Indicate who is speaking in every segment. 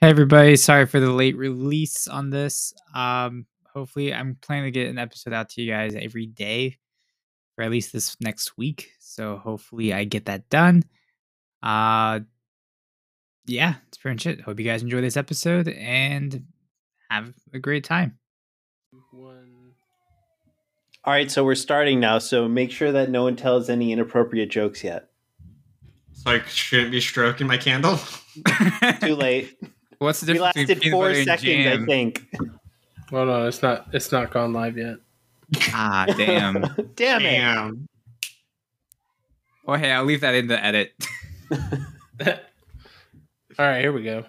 Speaker 1: Hey everybody, sorry for the late release on this. Um hopefully I'm planning to get an episode out to you guys every day for at least this next week. So hopefully I get that done. Uh yeah, that's pretty much it. Hope you guys enjoy this episode and have a great time.
Speaker 2: One. All right, so we're starting now. So make sure that no one tells any inappropriate jokes yet.
Speaker 3: So I shouldn't be stroking my candle.
Speaker 2: Too late.
Speaker 1: What's the
Speaker 2: we
Speaker 1: difference
Speaker 2: lasted
Speaker 1: between peanut
Speaker 2: four
Speaker 1: butter and
Speaker 2: seconds, I
Speaker 1: jam?
Speaker 2: think.
Speaker 4: Well, Oh, no, it's not. It's not gone live yet.
Speaker 1: Ah, damn.
Speaker 2: Damn it!
Speaker 3: Damn.
Speaker 1: oh hey, I'll leave that in the edit.
Speaker 4: All right, here we go.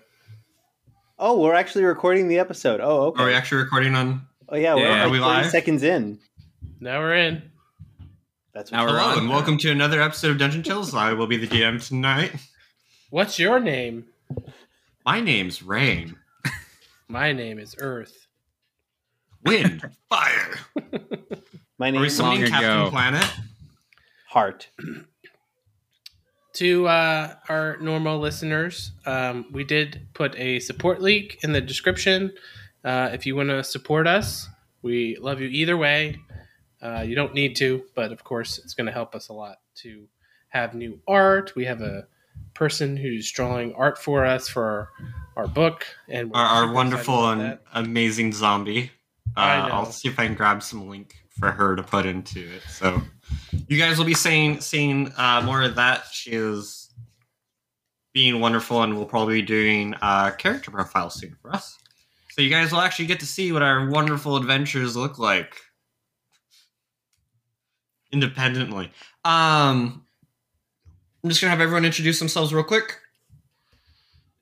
Speaker 2: Oh, we're actually recording the episode. Oh, okay.
Speaker 3: Are we actually recording on?
Speaker 2: oh yeah, we're
Speaker 1: Yeah.
Speaker 2: like
Speaker 3: Are we
Speaker 2: 40
Speaker 3: live?
Speaker 2: seconds in.
Speaker 4: Now we're in.
Speaker 2: That's
Speaker 1: Now
Speaker 2: what
Speaker 1: we're
Speaker 3: Hello
Speaker 1: on.
Speaker 3: and welcome to another episode of Dungeon Chills. I will be the DM tonight.
Speaker 4: What's your name?
Speaker 3: My name's Rain.
Speaker 4: My name is Earth.
Speaker 3: Wind. Fire.
Speaker 2: my
Speaker 3: Are
Speaker 2: name
Speaker 3: we
Speaker 2: is
Speaker 1: Long
Speaker 3: summoning Captain
Speaker 1: ago.
Speaker 3: Planet?
Speaker 2: Heart.
Speaker 4: To uh, our normal listeners, um, we did put a support link in the description. Uh, if you want to support us, we love you either way. Uh, you don't need to, but of course, it's going to help us a lot to have new art. We have a person who's drawing art for us for our, our book, and we're
Speaker 3: Our,
Speaker 4: super
Speaker 3: our
Speaker 4: excited
Speaker 3: wonderful
Speaker 4: about
Speaker 3: and
Speaker 4: that.
Speaker 3: amazing zombie. Uh,
Speaker 4: I know.
Speaker 3: I'll see if I can grab some link for her to put into it. So you guys will be seeing seeing uh, more of that. She is being wonderful, and we'll probably be doing uh, character profile soon for us. So you guys will actually get to see what our wonderful adventures look like independently. Um, I'm just gonna have everyone introduce themselves real quick.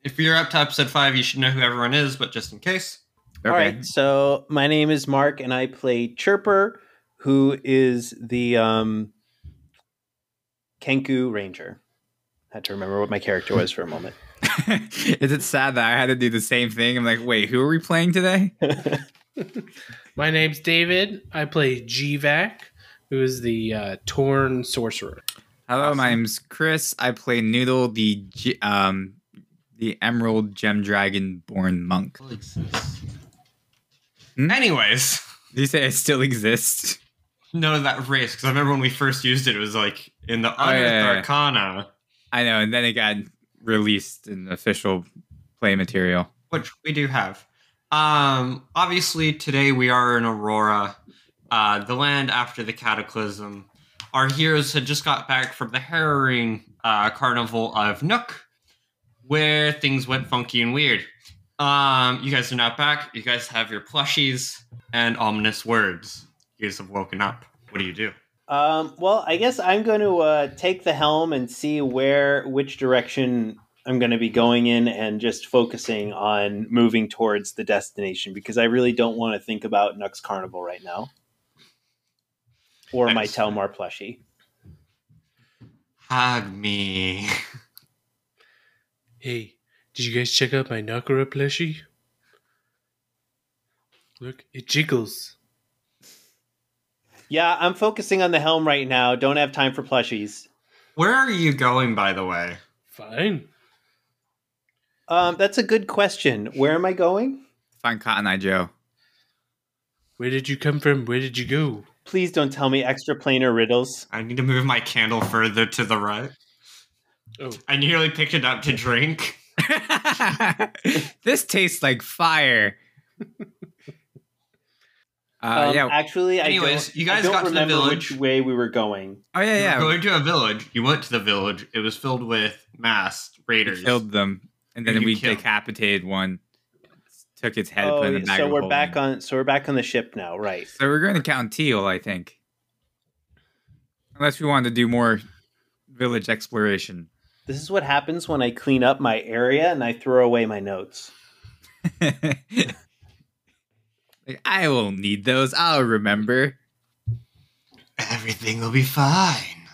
Speaker 3: If you're up to episode five, you should know who everyone is, but just in case.
Speaker 1: Okay.
Speaker 2: All right. So my name is Mark, and I play Chirper, who is the um, Kenku Ranger. had to remember what my character was for a moment.
Speaker 1: Is it sad that I had to do the same thing? I'm like, wait, who are we playing today?
Speaker 4: My name's David. I play GVAC, who is the uh, Torn Sorcerer.
Speaker 1: Hello,
Speaker 3: Awesome.
Speaker 1: my name's Chris. I play Noodle, the G- um, the Emerald Gem Dragon born monk. Hmm?
Speaker 3: Anyways,
Speaker 1: Did you say I still exist?
Speaker 3: no, that race because I remember when we first used it, it was like in the
Speaker 1: Oh, yeah,
Speaker 3: Unearthed
Speaker 1: yeah, yeah.
Speaker 3: Arcana,
Speaker 1: I know, and then it got released in official play material.
Speaker 3: which we do have. Um, obviously, today we are in Aurora, uh, the land after the cataclysm. Our heroes had just got back from the harrowing uh, carnival of Nook, where things went funky and weird. Um, you guys are not back. You guys have your plushies and ominous words. You guys have woken up. What do you do?
Speaker 2: Um, well, I guess I'm going to uh, take the helm and see where, which direction I'm going to be going in, and just focusing on moving towards the destination because I really don't want to think about Nux Carnival right now, or my
Speaker 3: Excellent.
Speaker 2: Telmar plushie.
Speaker 3: Hug me.
Speaker 4: Hey, did you guys check out my Nakara plushie? Look, it jiggles.
Speaker 2: Yeah, I'm focusing on the helm right now. Don't have time for plushies.
Speaker 3: Where are you going, by the way?
Speaker 4: Fine.
Speaker 2: Um, that's a good question. Where am I going?
Speaker 1: Find Cotton Eye Joe.
Speaker 4: Where did you come from? Where did you go?
Speaker 2: Please don't tell me extraplanar riddles.
Speaker 3: I need to move my candle further to the right.
Speaker 4: Oh,
Speaker 3: I nearly picked it up to drink.
Speaker 1: this tastes like fire. Uh,
Speaker 2: Um,
Speaker 1: yeah.
Speaker 2: Actually, I
Speaker 3: Uh, Anyways,
Speaker 2: don't,
Speaker 3: you
Speaker 2: I
Speaker 3: guys
Speaker 2: don't
Speaker 3: got to the
Speaker 2: remember
Speaker 3: village.
Speaker 2: which way we were going.
Speaker 1: oh yeah,
Speaker 3: You were
Speaker 1: yeah.
Speaker 3: going to a village. You went to the village. It was filled with masked
Speaker 1: We
Speaker 3: raiders.
Speaker 1: killed them, and then
Speaker 3: You
Speaker 1: we
Speaker 3: killed.
Speaker 1: decapitated one. Took its head, put it in the bag.
Speaker 2: Oh, so
Speaker 1: of
Speaker 2: we're
Speaker 1: holding.
Speaker 2: back on. So we're back on the ship now, right?
Speaker 1: So we're going to count teal, I think. Unless we wanted to do more village exploration.
Speaker 2: This is what happens when I clean up my area and I throw away my notes.
Speaker 1: like, I won't need those. I'll remember.
Speaker 3: Everything will be fine.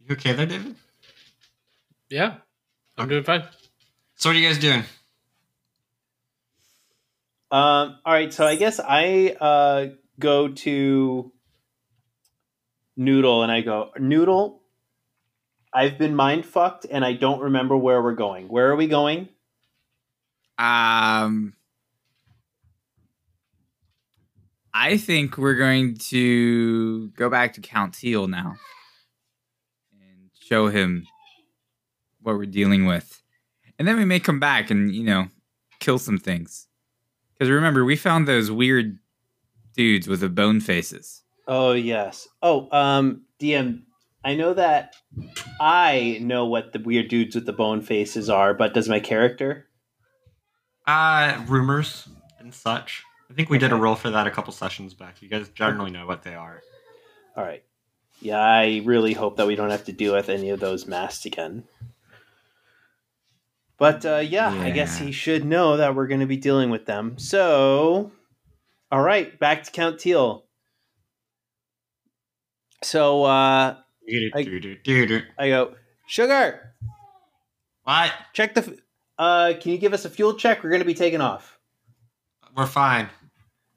Speaker 3: You okay there, David?
Speaker 4: yeah. I'm doing fine.
Speaker 3: So what are you guys doing?
Speaker 2: Um, all right, so I guess I uh, go to Noodle and I go Noodle. I've been mind fucked and I don't remember where we're going. Where are we going?
Speaker 1: Um, I think we're going to go back to Count Teal now and show him what we're dealing with, and then we may come back and you know kill some things. Because remember, we found those weird dudes with the bone faces.
Speaker 2: Oh yes. Oh, um, DM, I know that I know what the weird dudes with the bone faces are, but does my character?
Speaker 3: Uh, rumors and such. I think we did a roll for that a couple sessions back. You guys generally know what they are.
Speaker 2: All right. Yeah, I really hope that we don't have to deal with any of those masks again. But uh, yeah, I guess
Speaker 1: Yeah.
Speaker 2: he should know that we're going to be dealing with them. So, all right, back to Count Teal. So uh, I-
Speaker 3: What?
Speaker 2: I go, Sugar, check the. F- uh, can you give us a fuel check? We're going to be taking off.
Speaker 3: We're fine.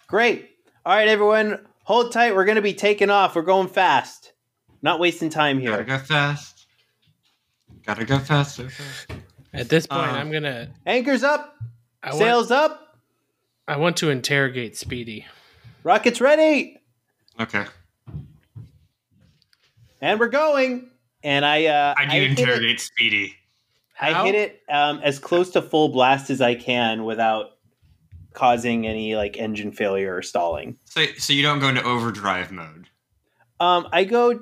Speaker 2: Great. All right, everyone, hold tight. We're going to be taking off. We're going fast. Not wasting time
Speaker 3: Gotta
Speaker 2: here.
Speaker 3: go fast. Gotta go faster. faster.
Speaker 4: At this point,
Speaker 3: Uh,
Speaker 4: I'm gonna.
Speaker 2: Anchors up.
Speaker 4: I want,
Speaker 2: Sails up.
Speaker 4: I want to interrogate Speedy.
Speaker 2: Rockets ready.
Speaker 3: Okay.
Speaker 2: And we're going. And I, uh,
Speaker 3: I do
Speaker 2: hit it-
Speaker 3: interrogate Speedy.
Speaker 2: I hit it um, as close to full blast as I can without causing any like engine failure or stalling.
Speaker 3: So, so you don't go into overdrive mode.
Speaker 2: Um, I go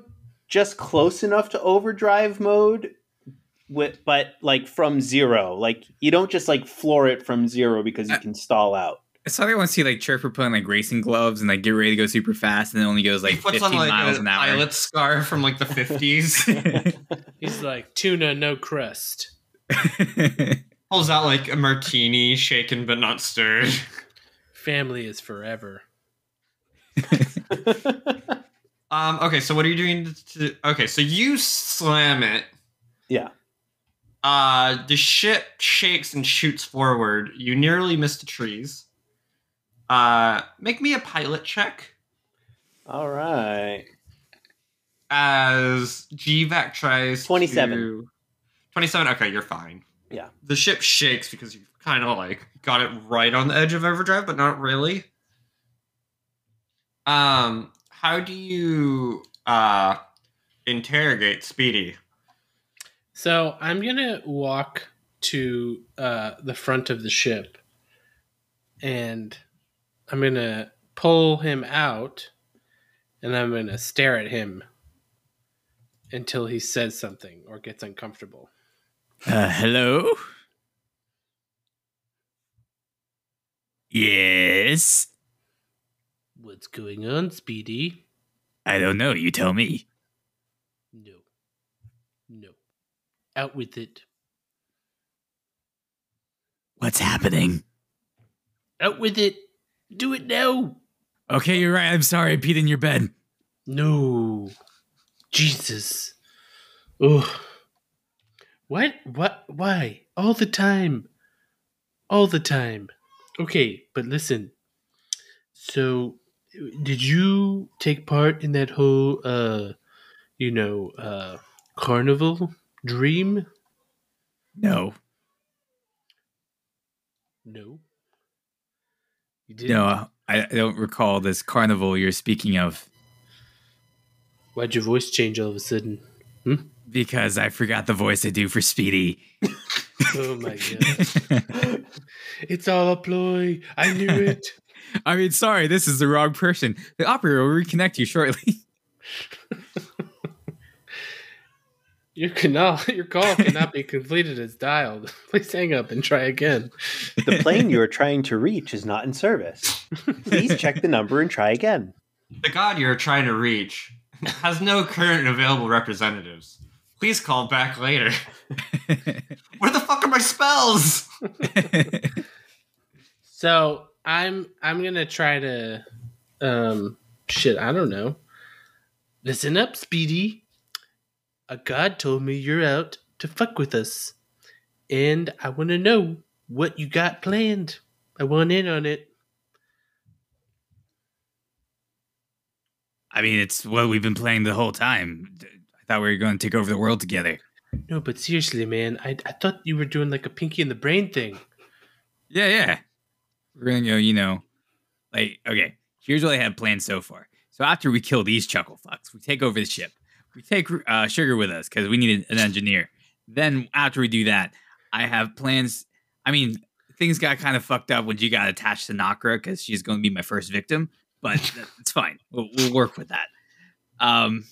Speaker 2: just close enough to overdrive mode, with, but like from zero. Like you don't just like floor it from zero because you can stall out.
Speaker 1: It's how they want to see like Chirper put on like racing gloves and like get ready to go super fast, and it only goes like
Speaker 3: he puts
Speaker 1: 15
Speaker 3: on like
Speaker 1: miles
Speaker 3: a
Speaker 1: an hour.
Speaker 3: pilot scar from like the fifties.
Speaker 4: He's like tuna, no crust.
Speaker 3: Pulls out like a martini, shaken but not stirred.
Speaker 4: Family is forever.
Speaker 3: Um. Okay. So what are you doing? To, okay. So you slam it.
Speaker 2: Yeah.
Speaker 3: Uh, the ship shakes and shoots forward. You nearly miss the trees. Uh, make me a pilot check
Speaker 2: All right.
Speaker 3: as GVAC tries
Speaker 2: 27.
Speaker 3: to- 27. Okay, you're fine.
Speaker 2: Yeah.
Speaker 3: The ship shakes because you kind of like got it right on the edge of overdrive, but not really. Um, how do you uh interrogate Speedy?
Speaker 4: So I'm gonna walk to uh, the front of the ship, and I'm gonna pull him out, and I'm gonna stare at him until he says something or gets uncomfortable.
Speaker 1: Uh, hello? Yes?
Speaker 4: What's going on, Speedy?
Speaker 1: I don't know. You tell me.
Speaker 4: No, no, out with it,
Speaker 1: What's happening?
Speaker 4: out with it, do it now.
Speaker 1: Okay, you're right. I'm sorry. I peed in your bed.
Speaker 4: No. Jesus. Oh. What? What? Why? All the time. All the time. Okay, but listen. So, did you take part in that whole, uh, you know, uh, carnival dream?
Speaker 1: No.
Speaker 4: No. You didn't?
Speaker 1: No, I I don't recall this carnival you're speaking of
Speaker 4: Why'd your voice change all of a sudden?
Speaker 1: because I forgot the voice I do for Speedy.
Speaker 4: Oh my god. it's all a ploy. I knew it.
Speaker 1: I mean, sorry, this is the wrong person. The operator will reconnect you shortly.
Speaker 4: Your canal, your call cannot be completed as dialed. Please hang up and try again.
Speaker 2: The plane you are trying to reach is not in service. Please check the number and try again.
Speaker 3: The god you're trying to reach has no current available representatives. Please call back later. Where the fuck are my spells?
Speaker 4: So I'm I'm gonna try to, um, shit. I don't know. Listen up, Speedy. A god told me you're out to fuck with us, and I want to know what you got planned. I want in on it.
Speaker 1: I mean, it's what we've been playing the whole time. I thought we were going to take over the world together.
Speaker 4: No, but seriously, man, I, I thought you were doing like a pinky in the brain thing.
Speaker 1: Yeah, yeah. We're gonna go, you know, like, okay, here's what I have planned so far. So after we kill these chuckle fucks, we take over the ship. We take uh, Sugar with us because we need an engineer. Then after we do that, I have plans. I mean, things got kind of fucked up when you got attached to Nakra because she's going to be my first victim, but it's fine. We'll, we'll work with that. Um,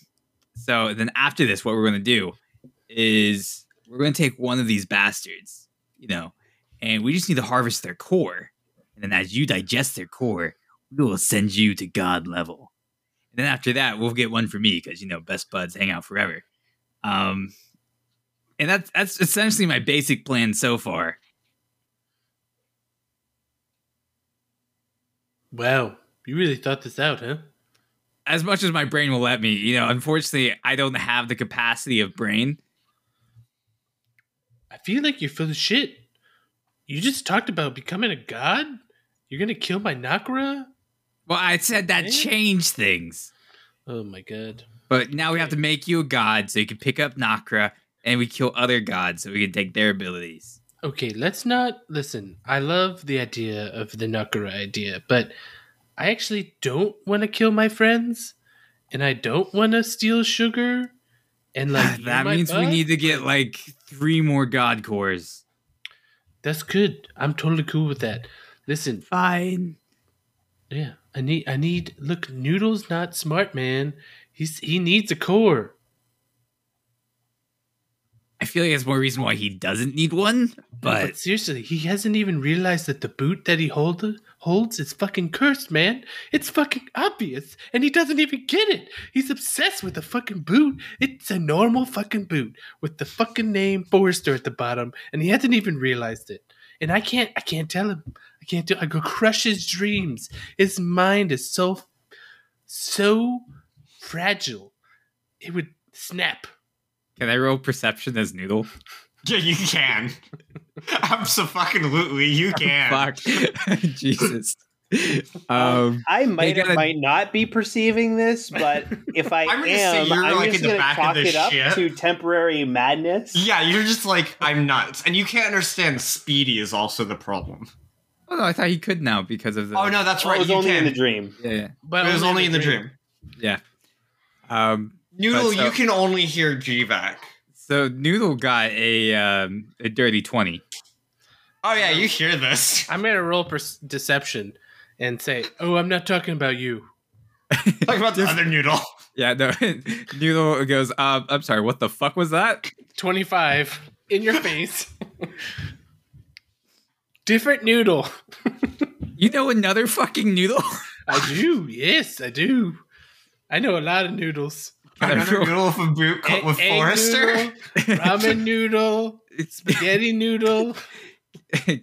Speaker 1: so then after this, what we're going to do is we're going to take one of these bastards, you know, and we just need to harvest their core. And then as you digest their core, we will send you to God level. And then after that, we'll get one for me because you know best buds hang out forever. Um, and that's that's essentially my basic plan so far.
Speaker 4: Wow, you really thought this out, huh?
Speaker 1: As much as my brain will let me, you know. Unfortunately, I don't have the capacity of brain.
Speaker 4: I feel like you're full of shit. You just talked about becoming a god. You're gonna kill my Nakra.
Speaker 1: Well, I said that
Speaker 4: Eh?
Speaker 1: change things.
Speaker 4: Oh my god.
Speaker 1: But now we have to make you a god so you can pick up Nakra and we kill other gods so we can take their abilities.
Speaker 4: Okay, let's not listen. I love the idea of the Nakara idea, but I actually don't want to kill my friends, and I don't want to steal sugar, and like you're
Speaker 1: that
Speaker 4: my
Speaker 1: means we
Speaker 4: bud.
Speaker 1: need to get like three more god cores.
Speaker 4: That's good. I'm totally cool with that. Listen,
Speaker 1: Fine.
Speaker 4: yeah, I need, I need. Look, Noodle's not smart, man. He's he needs a core.
Speaker 1: I feel like that's more reason why he doesn't need one, but
Speaker 4: seriously, he hasn't even realized that the boot that he hold, holds is fucking cursed, man. It's fucking obvious, and he doesn't even get it. He's obsessed with the fucking boot. It's a normal fucking boot with the fucking name Forrester at the bottom, and he hasn't even realized it. And I can't, I can't tell him. I can't do. I go crush his dreams. His mind is so, so fragile. It would snap.
Speaker 1: can I roll perception as Noodle?
Speaker 3: Yeah, you can. Absolutely, you can.
Speaker 1: Fuck. Jesus. Um,
Speaker 2: I
Speaker 1: They
Speaker 2: might
Speaker 1: gotta-
Speaker 2: or might not be perceiving this, but if I
Speaker 3: I'm gonna say
Speaker 2: am,
Speaker 3: you're,
Speaker 2: I'm
Speaker 3: like, in
Speaker 2: just
Speaker 3: the
Speaker 2: going to
Speaker 3: back of
Speaker 2: chalk
Speaker 3: the
Speaker 2: it up
Speaker 3: ship.
Speaker 2: to temporary madness.
Speaker 3: Yeah, you're just like I'm nuts, and you can't understand. Speedy is also the problem.
Speaker 1: oh no, I thought he could now because of the.
Speaker 3: Oh no, that's
Speaker 2: Oh,
Speaker 3: right.
Speaker 2: it was
Speaker 3: you
Speaker 2: only in
Speaker 3: can.
Speaker 2: the dream.
Speaker 1: Yeah. yeah.
Speaker 4: But
Speaker 3: it was only in the dream.
Speaker 1: yeah. Um,
Speaker 3: Noodle,
Speaker 1: But so-
Speaker 3: you can only hear GVAC.
Speaker 1: so Noodle got a um, a dirty twenty.
Speaker 3: Oh yeah, you hear this.
Speaker 4: I'm gonna roll per- deception and say, "Oh, I'm not talking about you."
Speaker 3: Talk about the other noodle.
Speaker 1: Yeah, no. Noodle goes. Um, I'm sorry. What the fuck was that?
Speaker 4: Twenty-five in your face. Different noodle.
Speaker 1: You know another fucking Noodle?
Speaker 4: I do. Yes, I do. I know a lot of noodles.
Speaker 1: Can I
Speaker 3: Another
Speaker 1: roll-
Speaker 3: noodle with a boot cut
Speaker 4: E-
Speaker 3: with
Speaker 4: egg
Speaker 3: Forrester.
Speaker 4: noodle,
Speaker 3: Um,
Speaker 4: ramen noodle, spaghetti noodle.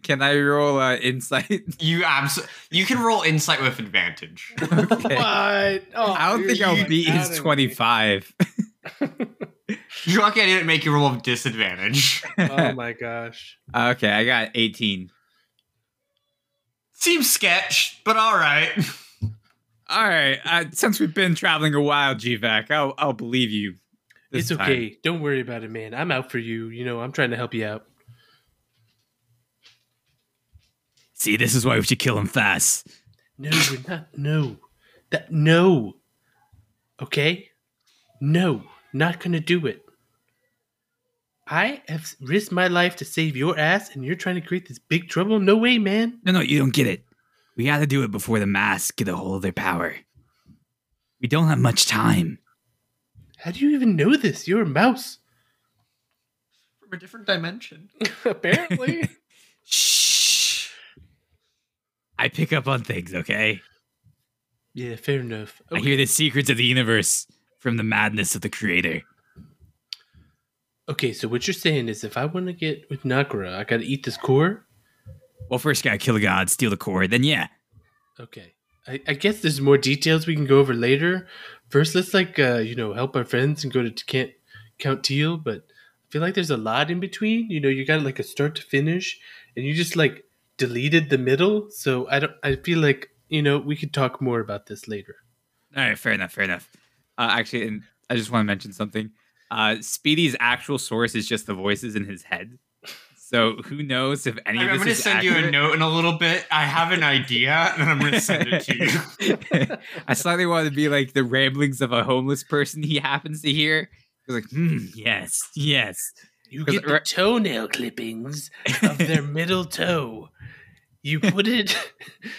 Speaker 1: Can I roll uh, insight?
Speaker 3: You abs- You can roll insight with advantage.
Speaker 1: Okay.
Speaker 4: What? Oh,
Speaker 1: I don't
Speaker 4: you're
Speaker 1: think E I'll
Speaker 4: getting
Speaker 1: beat
Speaker 4: out of
Speaker 1: his
Speaker 4: me.
Speaker 1: twenty five.
Speaker 3: You're lucky I didn't make you roll with disadvantage.
Speaker 4: Oh my gosh.
Speaker 1: Okay, I got 18.
Speaker 3: Seems sketch, but all right.
Speaker 1: All right. Uh, since we've been traveling a while, GVAC, I'll, I'll believe you. this
Speaker 4: it's
Speaker 1: time.
Speaker 4: okay. Don't worry about it, man. I'm out for you. You know, I'm trying to help you out.
Speaker 1: See, this is why we should kill him fast.
Speaker 4: No, we're not. No, that no. Okay, no, not gonna do it. I have risked my life to save your ass, and you're trying to create this big trouble. No way, man.
Speaker 1: No, no, you don't get it. We got to do it before the masks get a hold of their power. We don't have much time.
Speaker 4: How do you even know this? You're a mouse,
Speaker 3: From a different dimension.
Speaker 4: apparently.
Speaker 1: Shh. I pick up on things, okay?
Speaker 4: yeah, fair enough.
Speaker 1: I
Speaker 4: Okay,
Speaker 1: hear the secrets of the universe from the madness of the creator.
Speaker 4: okay, so what you're saying is, if I want to get with Nakura, I gotta eat this core.
Speaker 1: Well, first, gotta kill the god, steal the core, then, yeah.
Speaker 4: Okay. I, I guess there's more details we can go over later. First, let's like uh, you know help our friends and go to Count Count Teal. But I feel like there's a lot in between. You know, you got like a start to finish, and you just like deleted the middle. So I don't. I feel like you know we could talk more about this later.
Speaker 1: All right, fair enough, fair enough. Uh, actually, and I just want to mention something. Uh, Speedy's actual source is just the voices in his head. So who knows if any of
Speaker 3: I'm,
Speaker 1: this
Speaker 3: going to
Speaker 1: is
Speaker 3: send you a
Speaker 1: accurate.
Speaker 3: note in a little bit. I have an idea, and I'm going to send it to you.
Speaker 1: I slightly want to be like the ramblings of a homeless person he happens to hear. He's like, hmm, yes, yes.
Speaker 4: You
Speaker 1: 'Cause
Speaker 4: get the
Speaker 1: right-
Speaker 4: toenail clippings of their middle toe. You put it.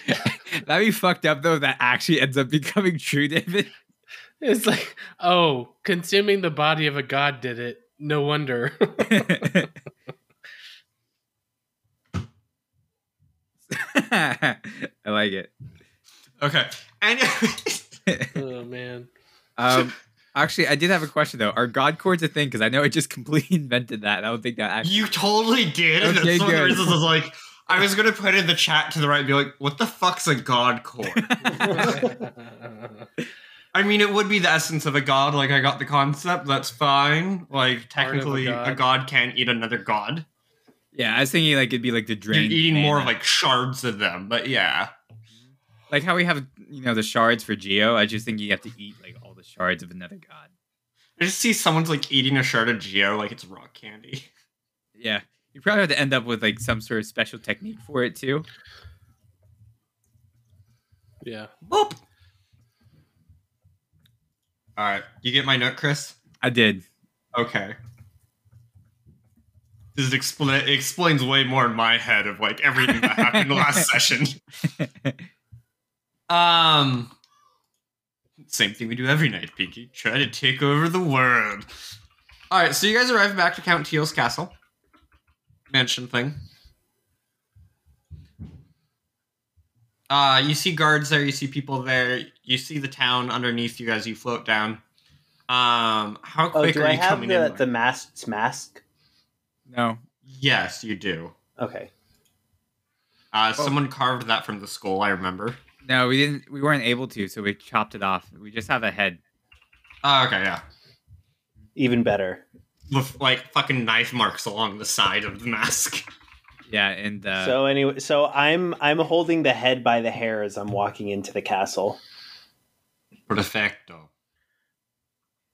Speaker 1: That'd be fucked up though. if That actually ends up becoming true, David.
Speaker 4: It's like, oh, consuming the body of a god did it. No wonder.
Speaker 1: I like it.
Speaker 3: Okay. And
Speaker 4: oh man.
Speaker 1: Um, actually, I did have a question though. Are god chords a thing? Because I know I just completely invented that. I don't think that. Actually-
Speaker 3: you totally did. And
Speaker 1: Okay,
Speaker 3: that's one of the
Speaker 1: good.
Speaker 3: reasons I was like, I was going to put in the chat to the right and be like, what the fuck's a god chord? I mean, it would be the essence of a god. Like, I got the concept. That's fine. Like, technically, a god.
Speaker 4: god.
Speaker 3: can't eat another god.
Speaker 1: yeah, I was thinking like it'd be like the drain.
Speaker 3: You're eating more of
Speaker 1: mana.
Speaker 3: like shards of them. But yeah.
Speaker 1: like how we have you know the shards for Geo. I just think you have to eat like all the shards of another god.
Speaker 3: I just see someone's like eating a shard of Geo like it's rock candy.
Speaker 1: Yeah, you probably have to end up with like some sort of special technique for it too.
Speaker 4: yeah.
Speaker 3: Boop. All right, you get my note, Chris.
Speaker 1: I did.
Speaker 3: Okay. This is expla- explains way more in my head of like everything that happened last session. Um, same thing we do every night, Pinky. Try to take over the world. All right, so you guys arrive back to Count Teal's castle mansion thing. Uh, you see guards there. You see people there. You see the town underneath you as you float down. Um, how
Speaker 2: Oh,
Speaker 3: quick
Speaker 2: do
Speaker 3: are
Speaker 2: I
Speaker 3: you
Speaker 2: have
Speaker 3: coming in?
Speaker 2: the,
Speaker 3: there?
Speaker 2: the mask's mask?
Speaker 1: no.
Speaker 3: Yes, you do.
Speaker 2: Okay.
Speaker 3: Uh,
Speaker 1: Oh.
Speaker 3: Someone carved that from the skull, I remember.
Speaker 1: No, we didn't. We weren't able to, so we chopped it off. We just have a head.
Speaker 3: Oh, okay, yeah.
Speaker 2: Even better.
Speaker 3: With like fucking knife marks along the side of the mask.
Speaker 1: Yeah, and uh,
Speaker 2: so anyway, so I'm I'm holding the head by the hair as I'm walking into the castle.
Speaker 3: Perfecto.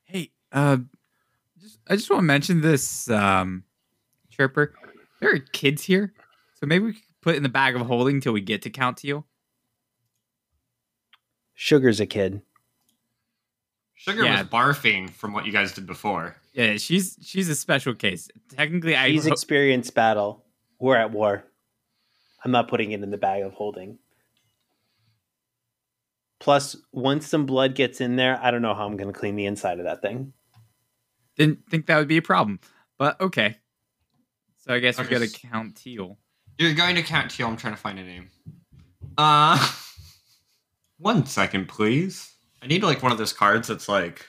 Speaker 1: hey, uh, just, I just want to mention this um, chirper. There are kids here, so maybe we could put it in the bag of holding till we get to Count Teal.
Speaker 2: Sugar's a kid.
Speaker 3: Sugar
Speaker 1: Yeah.
Speaker 3: was barfing from what you guys did before.
Speaker 1: Yeah, she's she's a special case. Technically, I
Speaker 2: He's
Speaker 1: ho-
Speaker 2: experienced battle. We're at war. I'm not putting it in the bag of holding. Plus, once some blood gets in there, I don't know how I'm going to clean the inside of that thing.
Speaker 1: didn't think that would be a problem, but okay. So I guess we
Speaker 3: Okay,
Speaker 1: go to
Speaker 3: s-
Speaker 1: Count Teal.
Speaker 3: You're going to count Teal. I'm trying to find a name. Uh, one second, please. I need like one of those cards that's like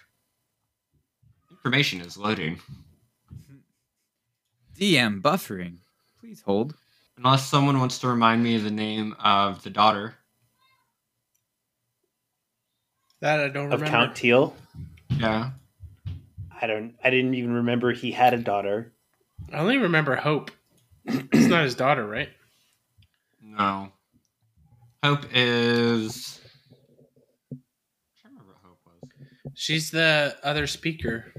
Speaker 3: information is loading.
Speaker 1: DM buffering. Please hold.
Speaker 3: Unless someone wants to remind me of the name of the daughter.
Speaker 4: That I don't
Speaker 2: Of
Speaker 4: remember.
Speaker 2: Count Teal,
Speaker 3: Yeah.
Speaker 2: I don't. I didn't even remember he had a daughter.
Speaker 4: I only remember Hope. it's not his daughter, right?
Speaker 3: No. Hope is. I can't remember what Hope was.
Speaker 4: She's the other speaker.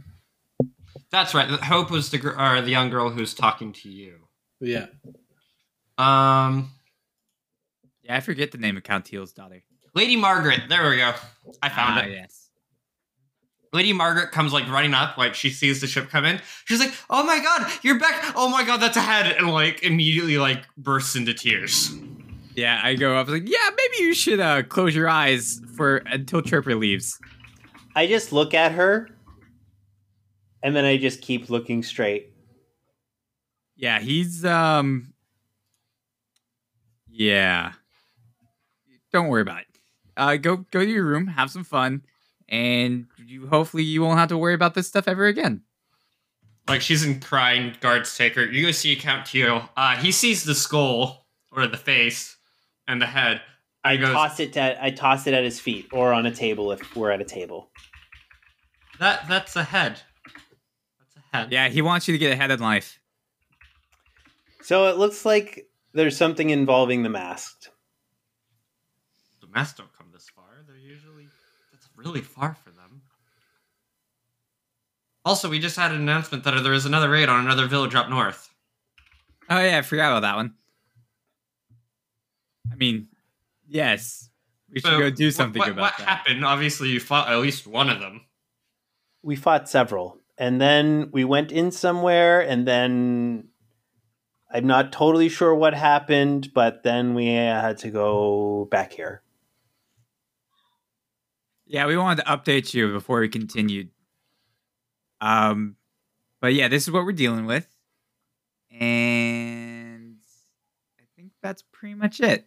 Speaker 3: That's right. Hope was the gr- or the young girl who's talking to you.
Speaker 4: Yeah.
Speaker 3: Um,
Speaker 1: Yeah, I forget the name of Count Teal's daughter.
Speaker 3: Lady Margaret. There we go. I found
Speaker 1: Ah,
Speaker 3: it.
Speaker 1: Yes.
Speaker 3: Lady Margaret comes like running up, like she sees the ship come in. She's like, "Oh my god, you're back! Oh my god, that's a head!" And like immediately like bursts into tears.
Speaker 1: Yeah, I go up like, yeah, maybe you should uh, close your eyes for until Chirper leaves.
Speaker 2: I just look at her, and then I just keep looking straight.
Speaker 1: Yeah, he's um, yeah. Don't worry about it. Uh, go go to your room, have some fun, and you hopefully you won't have to worry about this stuff ever again.
Speaker 3: Like she's in crying. Guards take her. You go see Count Teo. Uh, he sees the skull or the face and the head.
Speaker 2: I
Speaker 3: goes-
Speaker 2: toss it at I toss it at his feet or on a table if we're at a table.
Speaker 3: That that's a head. That's a head.
Speaker 1: Yeah, he wants you to get ahead in life.
Speaker 2: So it looks like there's something involving the masked.
Speaker 3: The masks don't come this far. They're usually that's really far for them. Also, we just had an announcement that there is another raid on another village up north.
Speaker 1: Oh yeah, I forgot about that one. I mean, yes, we should
Speaker 3: So,
Speaker 1: go do
Speaker 3: what-
Speaker 1: something
Speaker 3: what,
Speaker 1: about
Speaker 3: what
Speaker 1: that.
Speaker 3: happened? Obviously, you fought at least one of them.
Speaker 2: We fought several, and then we went in somewhere, and then I'm not totally sure what happened, but then we had to go back here.
Speaker 1: Yeah, we wanted to update you before we continued. Um, but yeah, this is what we're dealing with, and I think that's pretty much it.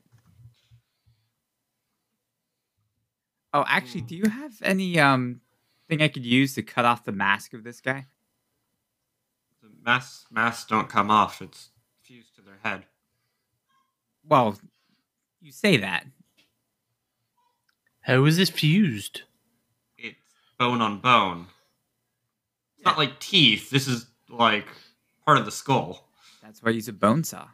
Speaker 1: Oh, actually,
Speaker 3: Hmm.
Speaker 1: do you have any um thing I could use to cut off the mask of this guy?
Speaker 3: The masks, masks don't come off. It's fused to their head.
Speaker 1: Well, you say that.
Speaker 4: How is this fused?
Speaker 3: It's bone on bone. It's not like teeth. This is like part of the skull.
Speaker 1: That's why I use a bone saw.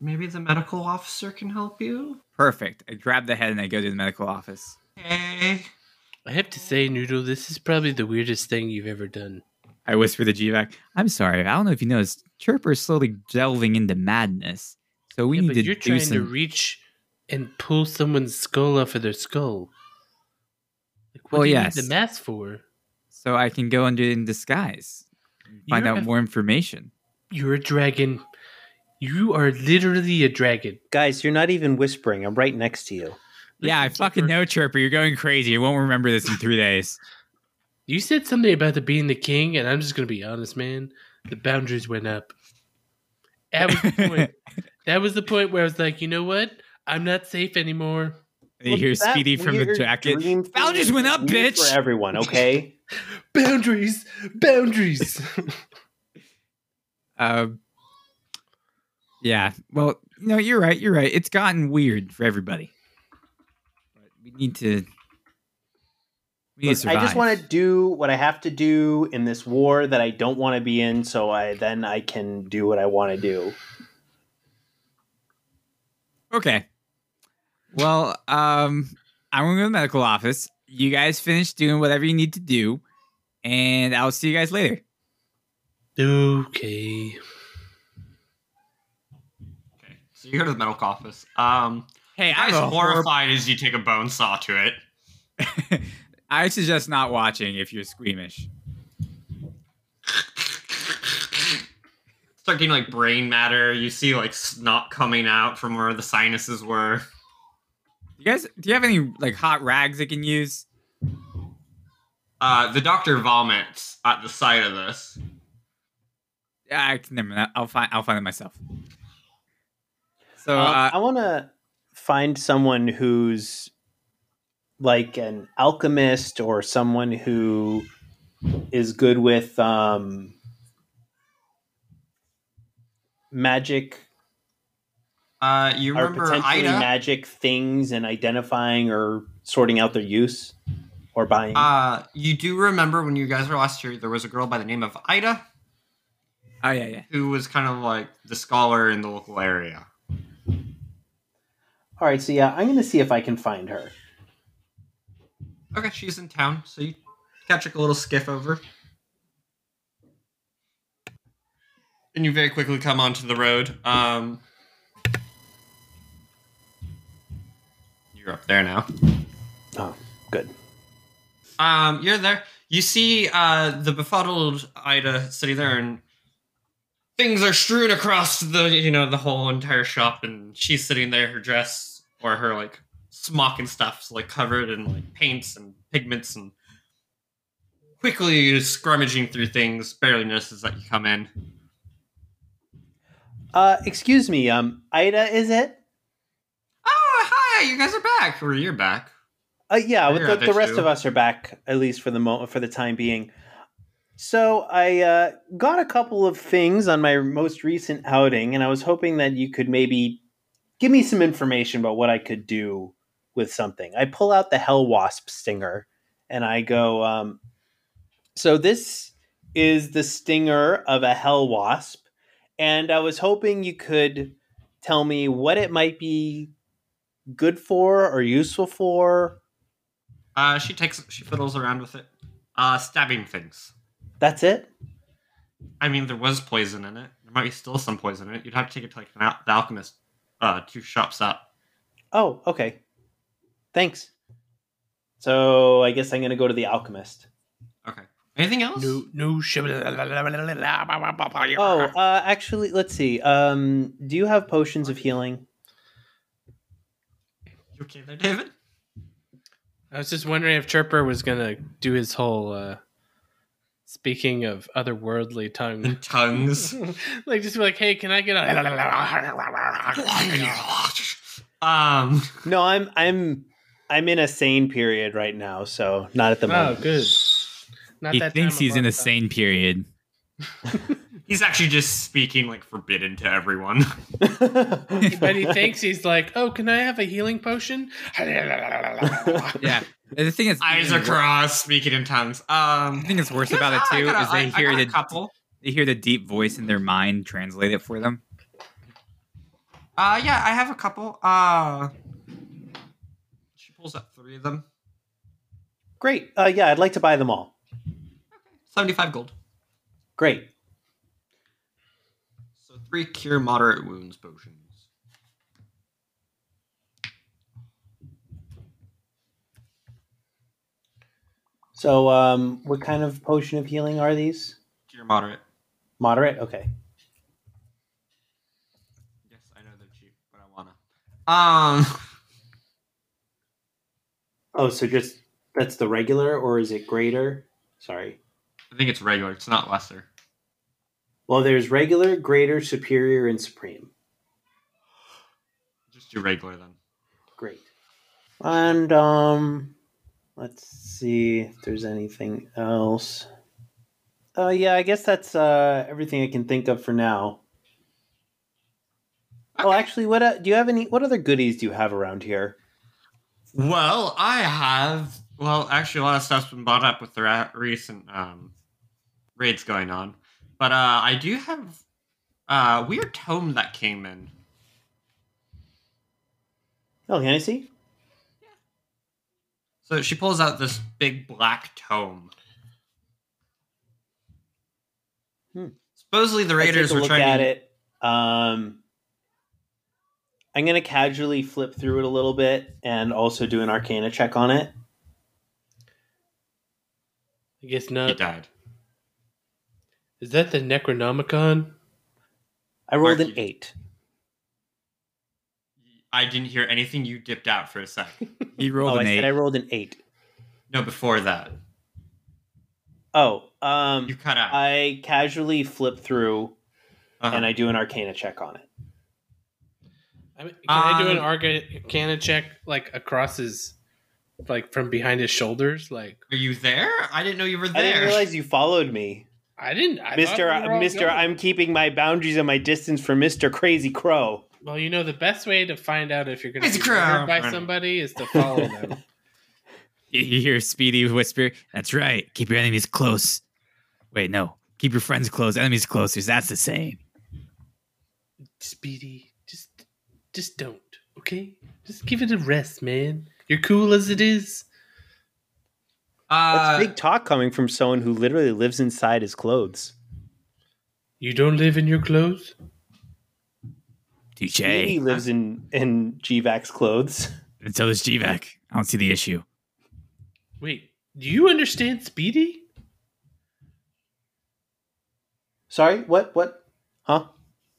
Speaker 3: Maybe the medical officer can help you.
Speaker 1: Perfect. I grab the head and I go to the medical office.
Speaker 3: Hey,
Speaker 4: I have to say, Noodle, this is probably the weirdest thing you've ever done.
Speaker 1: I whisper to GVAC, I'm sorry, I don't know if you noticed, Chirper is slowly delving into madness. So we
Speaker 4: Yeah,
Speaker 1: need
Speaker 4: but
Speaker 1: to
Speaker 4: you're
Speaker 1: do
Speaker 4: trying
Speaker 1: some.
Speaker 4: to reach and pull someone's skull off of their skull. Like, what
Speaker 1: Well,
Speaker 4: do you
Speaker 1: yes.
Speaker 4: need the mask for?
Speaker 1: so I can go under in disguise, find
Speaker 4: You're
Speaker 1: out
Speaker 4: a-
Speaker 1: more information.
Speaker 4: You're a dragon. You are literally a dragon.
Speaker 2: Guys, you're not even whispering. I'm right next to you.
Speaker 1: Yeah, I fucking know, Chirper. You're going crazy. You won't remember this in three days.
Speaker 4: You said something about the being the king, and I'm just gonna be honest, man. The boundaries went up. That was the point. that was the point where I was like, you know what? I'm not safe anymore.
Speaker 1: And you hear
Speaker 2: That
Speaker 1: Speedy from the
Speaker 2: weird
Speaker 1: jacket.
Speaker 2: dream thing
Speaker 1: Boundaries went up,
Speaker 2: is weird
Speaker 1: bitch.
Speaker 2: For everyone, okay?
Speaker 4: Boundaries, boundaries.
Speaker 1: Um, yeah, well, no, you're right. You're right. It's gotten weird for everybody. But we need to. We need to
Speaker 2: Look, I
Speaker 1: survive.
Speaker 2: just want to do what I have to do in this war that I don't want to be in, so I then I can do what I want to do.
Speaker 1: Okay. Well, um, I'm gonna go to the medical office. You guys finish doing whatever you need to do, and I'll see you guys later.
Speaker 4: okay.
Speaker 3: Okay, so you go to the medical office. Um,
Speaker 1: Hey,
Speaker 3: I'm
Speaker 1: I'm a horror.
Speaker 3: horrified as you take a bone saw to it.
Speaker 1: I suggest not watching if you're squeamish.
Speaker 3: Start getting like brain matter. You see like snot coming out from where the sinuses were.
Speaker 1: You guys, do you have any like hot rags I can use?
Speaker 3: Uh, the doctor vomits at the sight of this.
Speaker 1: Yeah, Ah, I can, never mind. I'll find. I'll find it myself. So,
Speaker 2: Um,
Speaker 1: uh,
Speaker 2: I want to find someone who's like an alchemist or someone who is good with um, magic
Speaker 3: Uh, you
Speaker 2: or
Speaker 3: remember
Speaker 2: potentially
Speaker 3: Ida?
Speaker 2: magic things and identifying or sorting out their use or buying.
Speaker 3: Uh, you do remember when you guys were last here, there was a girl by the name of Ida
Speaker 1: oh yeah, yeah.
Speaker 3: who was kind of like the scholar in the local area.
Speaker 2: All right, so yeah, I'm going to see if I can find her.
Speaker 3: Okay, she's in town, so you catch like, a little skiff over. And you very quickly come onto the road. Um, you're up there now.
Speaker 2: Oh, good.
Speaker 3: Um, you're there. You see uh, the befuddled Ida sitting there, and things are strewn across the you know the whole entire shop, and she's sitting there. Her dress or her like smock and stuff's like covered in like paints and pigments, and quickly scrummaging through things. Barely notices that you come in.
Speaker 2: Uh, excuse me, um, Ida, is it?
Speaker 3: Oh, hi! You guys are back, or you're back.
Speaker 2: Uh, yeah,
Speaker 3: Yeah,
Speaker 2: with the,
Speaker 3: they
Speaker 2: the rest
Speaker 3: do.
Speaker 2: of us are back at least for the moment for the time being. So I uh, got a couple of things on my most recent outing, and I was hoping that you could maybe give me some information about what I could do with something. I pull out the hell wasp stinger, and I go. Um, so this is the stinger of a hell wasp, and I was hoping you could tell me what it might be good for or useful for
Speaker 3: Uh, she takes, she fiddles around with it. Uh, stabbing things.
Speaker 2: That's it.
Speaker 3: I mean, there was poison in it. There might be still some poison in it. You'd have to take it to like an al- the alchemist, uh, two shops up.
Speaker 2: Oh, okay. Thanks. So I guess I'm gonna go to the alchemist.
Speaker 3: Okay. Anything else?
Speaker 4: New, new ship.
Speaker 2: Oh,
Speaker 4: Oh,
Speaker 2: uh, actually, let's see. Um, do you have potions of healing?
Speaker 3: You okay there, David?
Speaker 4: I was just wondering if Chirper was gonna do his whole uh, speaking of otherworldly tongue,
Speaker 3: And tongues.
Speaker 4: like just be like, "Hey, can I get a?"
Speaker 3: um.
Speaker 2: No, I'm I'm I'm in a sane period right now, so not at the
Speaker 4: oh,
Speaker 2: moment.
Speaker 4: good. Not
Speaker 1: he
Speaker 4: that
Speaker 1: thinks
Speaker 4: time
Speaker 1: he's
Speaker 4: of
Speaker 1: in a
Speaker 4: month, huh?
Speaker 1: sane period.
Speaker 3: He's actually just speaking like forbidden to everyone.
Speaker 4: But he thinks he's like, "Oh, can I have a healing potion?" That's
Speaker 1: Yeah. And the thing is,
Speaker 3: Eyes are crossed, speaking in tongues. Um,
Speaker 1: The thing that's worse about it
Speaker 3: I
Speaker 1: too
Speaker 3: got a-
Speaker 1: is they
Speaker 3: I- I
Speaker 1: hear
Speaker 3: got a
Speaker 1: the-
Speaker 3: couple.
Speaker 1: they hear the deep voice in their mind translate it for them.
Speaker 3: Uh, yeah, I have a couple. Uh, she pulls up three of them.
Speaker 2: Great. Uh, yeah, I'd like to buy them all.
Speaker 3: Seventy-five gold.
Speaker 2: Great.
Speaker 3: So three cure moderate wounds potions.
Speaker 2: So, um, what kind of potion of healing are these?
Speaker 3: Cure moderate.
Speaker 2: Moderate. Okay.
Speaker 3: Yes, I know they're cheap, but I wanna. Um,
Speaker 2: Oh, so just that's the regular, or is it greater? Sorry.
Speaker 3: I think it's regular. It's not lesser.
Speaker 2: Well, there's regular, greater, superior, and supreme.
Speaker 3: Just do regular then.
Speaker 2: Great. And um, let's see if there's anything else. Oh yeah, I guess that's uh, everything I can think of for now. Oh,
Speaker 3: Okay.
Speaker 2: actually, what uh, do you have any? What other goodies do you have around here?
Speaker 3: Well, I have. Well, actually, a lot of stuff's been bought up with the ra- recent um, raids going on. But uh, I do have a weird tome that came in.
Speaker 2: Oh, can I see?
Speaker 3: So she pulls out this big black tome.
Speaker 2: Hmm.
Speaker 3: Supposedly the
Speaker 2: I
Speaker 3: raiders
Speaker 2: take a
Speaker 3: were
Speaker 2: look
Speaker 3: trying
Speaker 2: at
Speaker 3: to.
Speaker 2: it. Um, I'm gonna casually flip through it a little bit and also do an Arcana check on it.
Speaker 4: I guess
Speaker 3: He
Speaker 4: not.
Speaker 3: died.
Speaker 4: Is that the Necronomicon?
Speaker 2: I rolled an
Speaker 3: Arcane.
Speaker 2: eight.
Speaker 3: I didn't hear anything. You dipped out for a sec.
Speaker 1: He
Speaker 2: Oh,
Speaker 1: rolled
Speaker 2: I
Speaker 1: an
Speaker 2: said I
Speaker 1: eight.
Speaker 2: rolled an eight.
Speaker 3: no, before that,
Speaker 2: Oh, um,
Speaker 3: you cut out.
Speaker 2: I casually flip through
Speaker 3: Uh-huh.
Speaker 2: and I do an Arcana check on it.
Speaker 4: I mean, can I do an
Speaker 3: Um,
Speaker 4: Arcana check like across his, like from behind his shoulders? Like
Speaker 3: Are you there? I didn't know you were
Speaker 2: I didn't
Speaker 3: there.
Speaker 2: realize you followed me,
Speaker 4: I didn't, I thought
Speaker 2: Mister.
Speaker 4: we were all
Speaker 2: Mister,
Speaker 4: going.
Speaker 2: I'm keeping my boundaries and my distance from Mister Crazy Crow.
Speaker 4: Well, you know the best way to find out if you're going to
Speaker 3: It's
Speaker 4: be
Speaker 3: a crown.
Speaker 4: murdered by somebody is to follow them.
Speaker 1: You hear Speedy whisper, "That's right. Keep your enemies close. Wait, no. Keep your friends close. Enemies close. That's the same."
Speaker 4: Speedy, just, just don't. Okay, just give it a rest, man. You're cool as it is.
Speaker 3: Uh,
Speaker 4: Uh,
Speaker 2: That's big talk coming from someone who literally lives inside his clothes.
Speaker 4: You don't live in your clothes.
Speaker 2: He
Speaker 1: Touche.
Speaker 2: lives in in GVAC's clothes.
Speaker 1: And so does GVAC. I don't see the issue.
Speaker 4: Wait, do you understand Speedy?
Speaker 2: Sorry, what? What? Huh?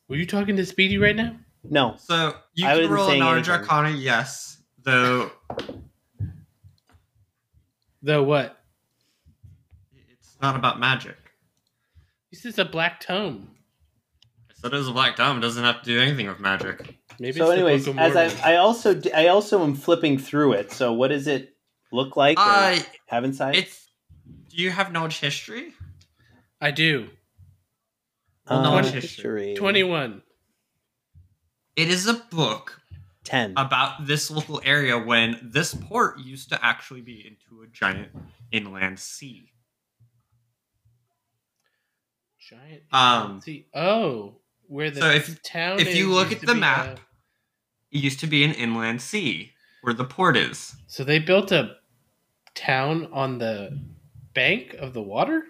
Speaker 4: Were you talking to Speedy right now?
Speaker 2: No.
Speaker 3: So you
Speaker 2: I
Speaker 3: can
Speaker 2: wasn't
Speaker 3: roll an
Speaker 2: saying
Speaker 3: knowledge
Speaker 2: anything.
Speaker 3: arcana, yes. Though
Speaker 4: Though what?
Speaker 3: it's not about magic.
Speaker 4: This is a black tome.
Speaker 3: So does a black diamond doesn't have to do anything with magic.
Speaker 4: Maybe
Speaker 2: so,
Speaker 4: it's
Speaker 2: anyways,
Speaker 4: the Book of
Speaker 2: as I
Speaker 4: Mormon.
Speaker 2: I also d- I also am flipping through it. So, what does it look like? or
Speaker 3: Uh,
Speaker 2: have inside?
Speaker 3: it's. Do you have knowledge history?
Speaker 4: I do.
Speaker 3: well, no,
Speaker 2: Um,
Speaker 3: it's history.
Speaker 4: Twenty-one.
Speaker 3: It is a book
Speaker 2: ten.
Speaker 4: Um,
Speaker 3: about this local area when this port used to actually be into a giant inland sea.
Speaker 4: Giant.
Speaker 3: Um,
Speaker 4: See, oh, where the
Speaker 3: So if-
Speaker 4: town.
Speaker 3: if you
Speaker 4: is
Speaker 3: look
Speaker 4: used
Speaker 3: at
Speaker 4: to
Speaker 3: the
Speaker 4: be uh, a-
Speaker 3: map- it used to be an inland sea where the port is.
Speaker 4: so they built a town on the bank of the water?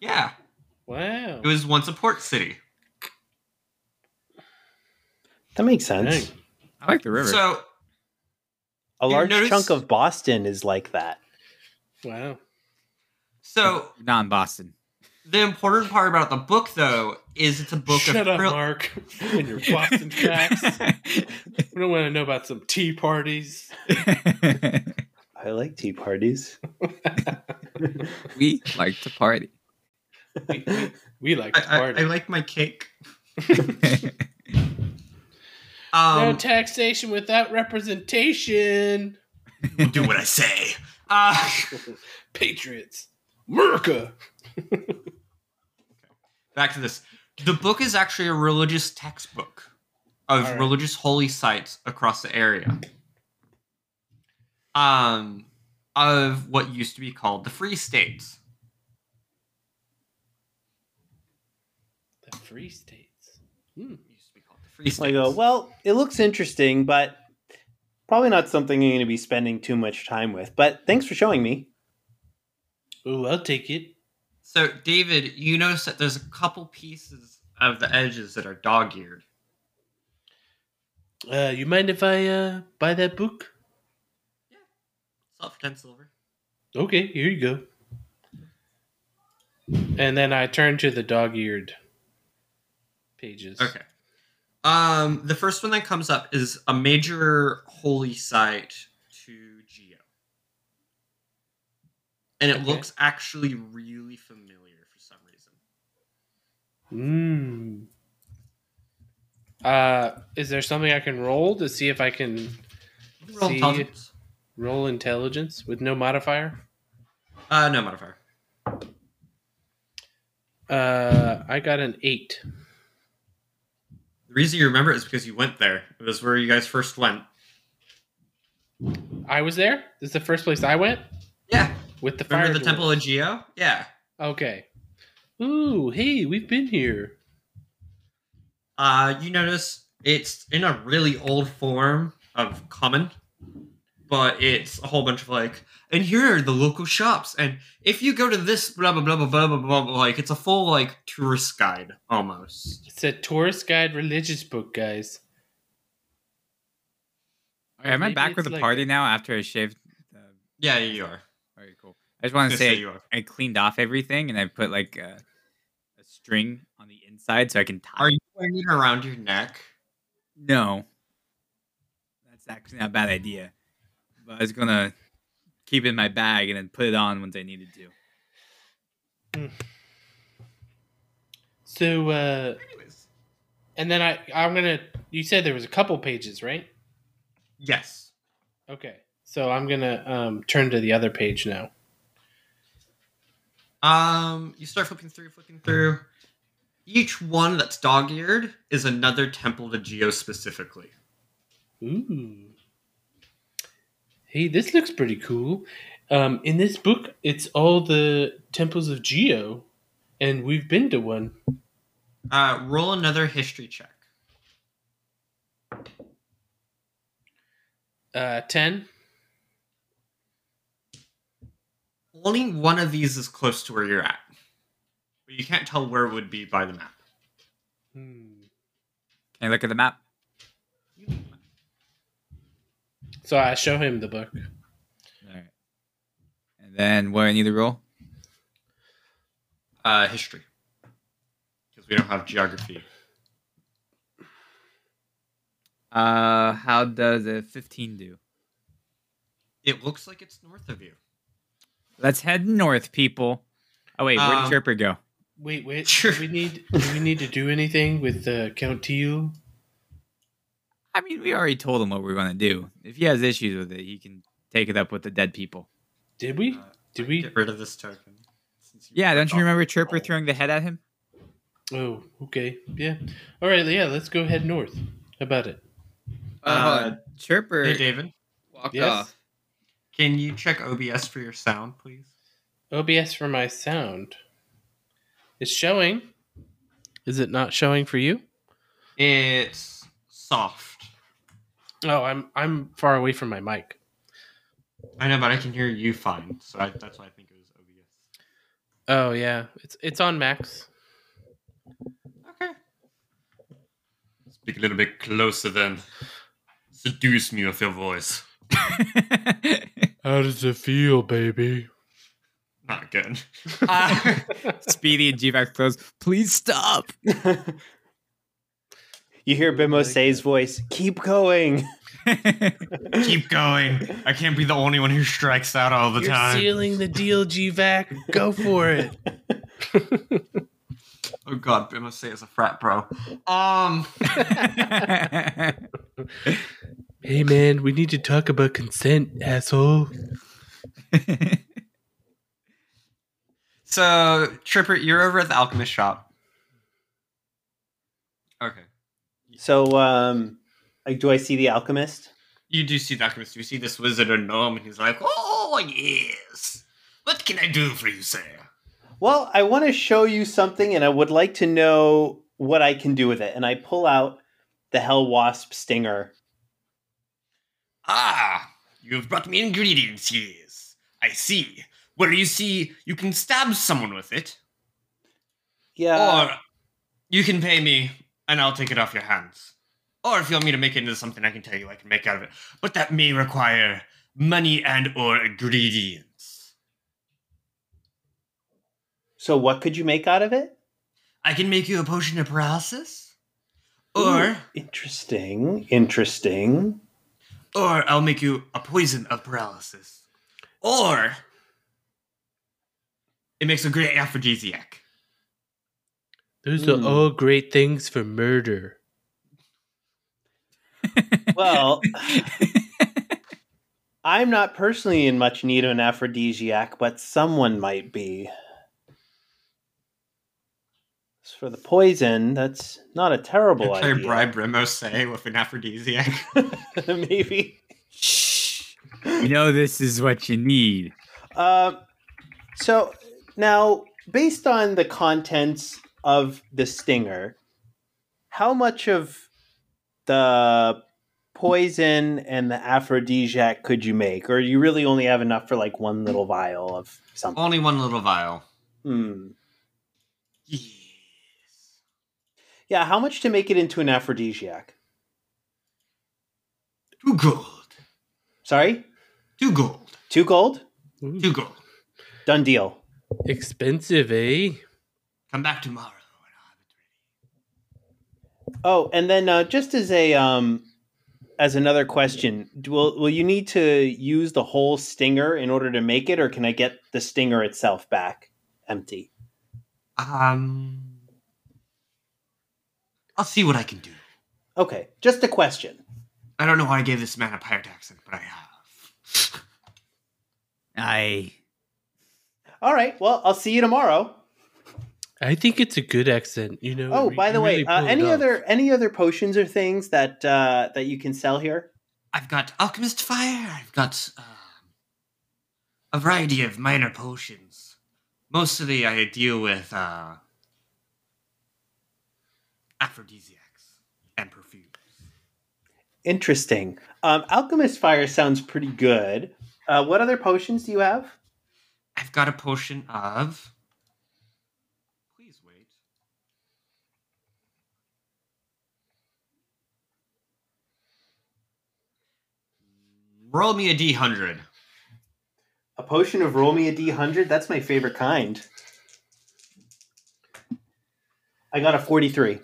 Speaker 3: Yeah,
Speaker 4: Wow.
Speaker 3: it was once a port city.
Speaker 2: That makes sense.
Speaker 4: Dang.
Speaker 1: I like the river.
Speaker 3: So
Speaker 2: A
Speaker 3: You
Speaker 2: large
Speaker 3: notice-
Speaker 2: chunk of Boston is like that.
Speaker 4: Wow.
Speaker 3: so
Speaker 1: non Boston.
Speaker 3: the important part about the book though is it's a book
Speaker 4: Shut
Speaker 3: of
Speaker 4: up,
Speaker 3: thrill-
Speaker 4: Mark. and your Boston facts. We don't want to know about some tea parties.
Speaker 2: I like tea parties.
Speaker 1: we like to party.
Speaker 4: We, we- we like to
Speaker 3: I, I,
Speaker 4: party.
Speaker 3: I like my cake.
Speaker 1: That's
Speaker 4: no
Speaker 3: Um,
Speaker 4: taxation without representation.
Speaker 3: do what I say. Uh,
Speaker 4: Patriots. America.
Speaker 3: back to this. The book is actually a religious textbook of
Speaker 4: All right.
Speaker 3: religious holy sites across the area. Um, of what used to be called the Free States.
Speaker 4: The free states. Hmm.
Speaker 3: Used to be called the Free States.
Speaker 2: I go, well, it looks interesting, but probably not something I'm going to be spending too much time with. But thanks for showing me.
Speaker 4: Ooh, I'll take it.
Speaker 3: So, David, you notice that there's a couple pieces of the edges that are dog-eared.
Speaker 4: Uh, you mind if I uh, buy that book?
Speaker 3: It's up for ten silver.
Speaker 4: Okay, here you go. And then I turn to the dog-eared pages.
Speaker 3: Okay. Um, the first one that comes up is a major holy site to Geo. And it
Speaker 4: Okay.
Speaker 3: looks actually really familiar for some reason.
Speaker 4: Mm. Uh, is there something I can roll to see if I can
Speaker 3: Roll
Speaker 4: See-
Speaker 3: intelligence.
Speaker 4: roll intelligence with no modifier?
Speaker 3: Uh, no modifier.
Speaker 4: Uh, I got an eight.
Speaker 3: The reason you remember it is because you went there. It was where you guys first went.
Speaker 4: I was there. This is the first place I went
Speaker 3: Yeah.
Speaker 4: with the fire.
Speaker 3: Remember the
Speaker 4: dwarf.
Speaker 3: Temple of Geo? Yeah.
Speaker 4: Okay. Ooh, hey, we've been here.
Speaker 3: Uh, you notice it's in a really old form of common, but it's a whole bunch of like, and here are the local shops. And if you go to this, blah, blah, blah, blah, blah, blah, blah, blah, like it's a full like tourist guide almost.
Speaker 4: It's a tourist guide religious book, guys.
Speaker 1: Okay, am I
Speaker 4: Maybe
Speaker 1: back with
Speaker 4: it's
Speaker 1: the
Speaker 4: like-
Speaker 1: party now after I shaved? Uh,
Speaker 3: Yeah, you are.
Speaker 1: all right, cool. I just want to
Speaker 3: Just
Speaker 1: say
Speaker 3: you are.
Speaker 1: I cleaned off everything and I put like a, a string on the inside so I can tie.
Speaker 3: Are you wearing it around your neck?
Speaker 1: No, that's actually not a bad idea. But I was gonna keep it in my bag and then put it on once I needed to.
Speaker 4: So, uh,
Speaker 3: Anyways.
Speaker 4: and then I, I'm gonna. You said there was a couple pages, right?
Speaker 3: Yes.
Speaker 4: Okay. So I'm gonna um, turn to the other page now.
Speaker 3: Um, you start flipping through, flipping through. Each one that's dog-eared is another temple to Geo specifically.
Speaker 4: Ooh. Hey, this looks pretty cool. Um, in this book, it's all the temples of Geo, and we've been to one.
Speaker 3: Uh, roll another history check.
Speaker 4: Uh, ten.
Speaker 3: Only one of these is close to where you're at. But you can't tell where it would be by the map.
Speaker 4: Hmm.
Speaker 1: Can I look at the map?
Speaker 4: So I show him the book.
Speaker 1: All right. And then what I need to roll?
Speaker 3: Uh, history. Because we don't have geography.
Speaker 1: Uh, how does a 15 do?
Speaker 3: It looks like it's north of you.
Speaker 1: Let's head north, people. Oh wait, where did
Speaker 3: Um,
Speaker 1: Chirper go?
Speaker 4: Wait, wait.
Speaker 3: Sure.
Speaker 4: Do we need. Do we need to do anything with uh, Count Teal?
Speaker 1: I mean, we already told him what we are going to do. If he has issues with it, he can take it up with the dead people.
Speaker 4: Did we?
Speaker 3: Uh,
Speaker 4: Did we?
Speaker 3: Get rid of this token. since
Speaker 1: Yeah, don't
Speaker 3: ripped
Speaker 1: you
Speaker 3: off
Speaker 1: remember
Speaker 3: the
Speaker 1: Chirper
Speaker 3: roll.
Speaker 1: throwing the head at him?
Speaker 4: Oh, okay. Yeah. All right. Yeah. Let's go head north. How about it?
Speaker 3: Uh, hold
Speaker 1: Chirper
Speaker 3: Hey, David.
Speaker 1: walked
Speaker 4: Yes.
Speaker 3: Can you check OBS for your sound, please?
Speaker 4: OBS for my sound. It's showing. Is it not showing for you?
Speaker 3: It's soft.
Speaker 4: Oh, I'm I'm far away from my mic.
Speaker 3: I know, but I can hear you fine. So I, that's why I think it was OBS.
Speaker 4: Oh yeah, it's it's on Max.
Speaker 3: Okay. Speak a little bit closer then. Seduce me with your voice.
Speaker 4: How does it feel, baby?
Speaker 3: Not good. Uh,
Speaker 5: Speedy and GVAX close. Please stop.
Speaker 2: you hear Bimbo Say's voice, keep going.
Speaker 3: keep going. I can't be the only one who strikes out all the
Speaker 4: You're
Speaker 3: time.
Speaker 4: sealing the deal, GVAC. Go for it.
Speaker 3: Oh god, I must say it's a frat bro. Um
Speaker 4: hey man, we need to talk about consent, asshole.
Speaker 3: so Tripper, you're over at the alchemist shop. Okay.
Speaker 2: So, um, like, do I see the alchemist?
Speaker 3: You do see the alchemist, you see this wizard and gnome, and he's like, Oh yes. What can I do for you, sir?
Speaker 2: Well, I want to show you something, and I would like to know what I can do with it. And I pull out the hell wasp stinger.
Speaker 3: Ah, you have brought me ingredients, yes. I see. Where you see you can stab someone with it,
Speaker 2: Yeah,
Speaker 3: or Uh, you can pay me and I'll take it off your hands. Or if you want me to make it into something, I can tell you I can make out of it. But that may require money and or ingredients.
Speaker 2: So, what could you make out of it?
Speaker 3: I can make you a potion of paralysis. Or
Speaker 2: Ooh, interesting, interesting.
Speaker 3: or I'll make you a poison of paralysis. Or it makes a great aphrodisiac.
Speaker 4: Those
Speaker 2: Hmm.
Speaker 4: are all great things for murder.
Speaker 2: Well, I'm not personally in much need of an aphrodisiac, but someone might be. As for the poison, that's not a terrible
Speaker 3: Try
Speaker 2: idea.
Speaker 3: bribe Remose with an aphrodisiac.
Speaker 2: Maybe.
Speaker 1: Shh. You know this is what you need.
Speaker 2: Um, so now, based on the contents of the stinger, how much of the poison and the aphrodisiac could you make, or you really only have enough for like one little vial of something?
Speaker 3: Only one little vial.
Speaker 2: Hmm.
Speaker 3: Yes.
Speaker 2: Yeah, how much to make it into an aphrodisiac?
Speaker 3: Two gold.
Speaker 2: Sorry,
Speaker 3: Two gold.
Speaker 2: two gold.
Speaker 4: Ooh,
Speaker 3: Two gold.
Speaker 2: Done deal.
Speaker 4: Expensive, eh?
Speaker 3: Come back tomorrow and I'll have it ready.
Speaker 2: Oh, and then uh, just as a um, as another question, do- will will you need to use the whole stinger in order to make it, or can I get the stinger itself back empty?
Speaker 3: Um, I'll see what I can do.
Speaker 2: Okay, just a question.
Speaker 3: I don't know why I gave this man a pirate accent, but I have.
Speaker 1: I.
Speaker 2: All right, well, I'll see you tomorrow.
Speaker 4: I think it's a good accent, you know.
Speaker 2: Oh,
Speaker 4: you
Speaker 2: by the way,
Speaker 4: really
Speaker 2: uh,
Speaker 4: pull it
Speaker 2: any
Speaker 4: off.
Speaker 2: other any other potions or things that uh, that you can sell here?
Speaker 3: I've got alchemist fire. I've got um, a variety of minor potions. Mostly, I deal with uh, aphrodisiacs and perfumes.
Speaker 2: Interesting. Um, Alchemist fire sounds pretty good. Uh, what other potions do you have?
Speaker 3: I've got a potion of. Please wait. Roll me a d100.
Speaker 2: A potion of roll me a d100. That's my favorite kind. I got a 43.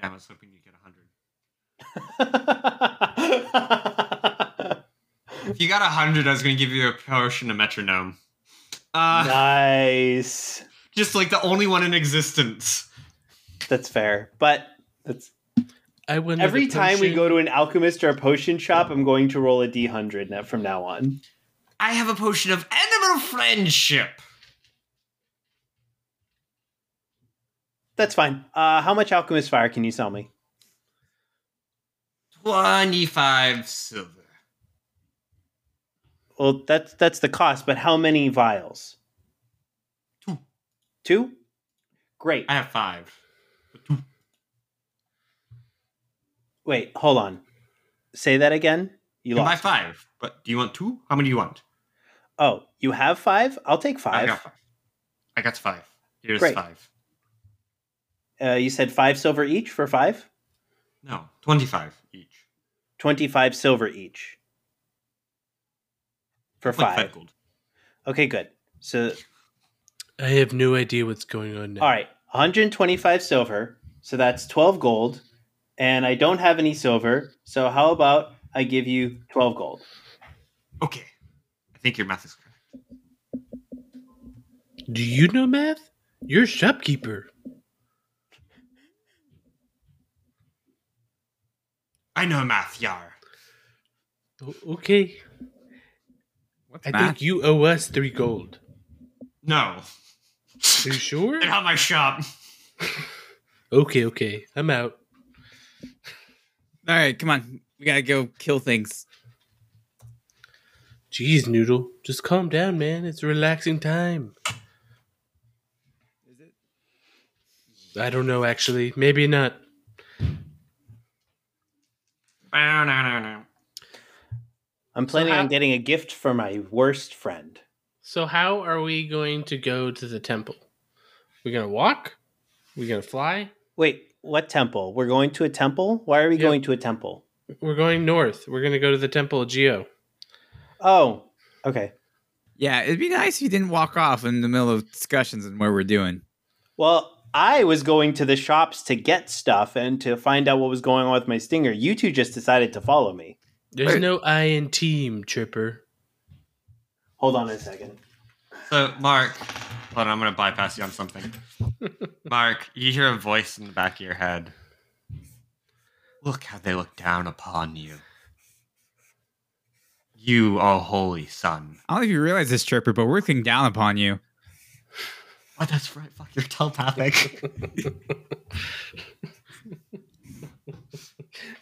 Speaker 3: Damn, I was hoping you'd get 100. If you got 100, I was going to give you a potion of metronome. Uh,
Speaker 2: nice.
Speaker 3: Just like the only one in existence.
Speaker 2: That's fair. But that's
Speaker 4: I wanted a
Speaker 2: every time we
Speaker 4: potion.
Speaker 2: go to an alchemist or a potion shop, I'm going to roll a d100 now, from now on.
Speaker 3: I have a potion of animal friendship.
Speaker 2: That's fine. Uh, how much alchemist fire can you sell me?
Speaker 3: 25 silver.
Speaker 2: Well, that's that's the cost, but how many vials?
Speaker 3: Two.
Speaker 2: Two? Great.
Speaker 3: I have five.
Speaker 2: Wait, hold on. Say that again. You
Speaker 3: You can buy
Speaker 2: lost. me.
Speaker 3: five. But do you want two? How many do you want?
Speaker 2: Oh, you have five? I'll take
Speaker 3: I
Speaker 2: five.
Speaker 3: got five. I got five. Here's
Speaker 2: Great.
Speaker 3: five.
Speaker 2: Uh, you said five silver each for five?
Speaker 3: No, 25 each.
Speaker 2: 25 silver each for
Speaker 3: Like five
Speaker 2: five.
Speaker 3: gold.
Speaker 2: Okay, good. So,
Speaker 4: I have no idea what's going on now.
Speaker 2: all right, 125 silver. So that's 12 gold. And I don't have any silver. So, how about I give you 12 gold?
Speaker 3: Okay. I think your math is correct.
Speaker 4: Do you know math? You're a shopkeeper.
Speaker 3: I know math, yar.
Speaker 4: O- okay.
Speaker 1: What's
Speaker 4: I
Speaker 1: math?
Speaker 4: think you owe us three gold.
Speaker 3: No.
Speaker 4: Are you sure?
Speaker 3: Get out of my shop.
Speaker 4: Okay, okay. I'm out.
Speaker 1: All right, come on. We gotta go kill things.
Speaker 4: Jeez, Noodle. Just calm down, man. It's a relaxing time.
Speaker 1: Is it?
Speaker 4: I don't know, actually. Maybe not.
Speaker 3: No, no, no, no.
Speaker 2: I'm planning
Speaker 4: how-
Speaker 2: on getting a gift for my worst friend.
Speaker 4: So, how are we going to go to the temple? We're going to walk? We're going to fly?
Speaker 2: Wait, what temple? We're going to a temple? Why are we
Speaker 4: Yeah.
Speaker 2: going to a temple?
Speaker 4: We're going north. We're going to go to the temple of Geo.
Speaker 2: Oh, okay.
Speaker 1: Yeah, it'd be nice if you didn't walk off in the middle of discussions and what we're doing.
Speaker 2: Well, I was going to the shops to get stuff and to find out what was going on with my stinger. You two just decided to follow me.
Speaker 4: There's
Speaker 1: Wait.
Speaker 4: no I in team, Tripper.
Speaker 2: Hold on a second.
Speaker 3: So, Mark, hold on, I'm going to bypass you on something. Mark, you hear a voice in the back of your head. Look how they look down upon you. You, oh holy son.
Speaker 1: I don't know if you realize this, Tripper, but we're looking down upon you.
Speaker 3: Oh, that's right. Fuck, you're telepathic.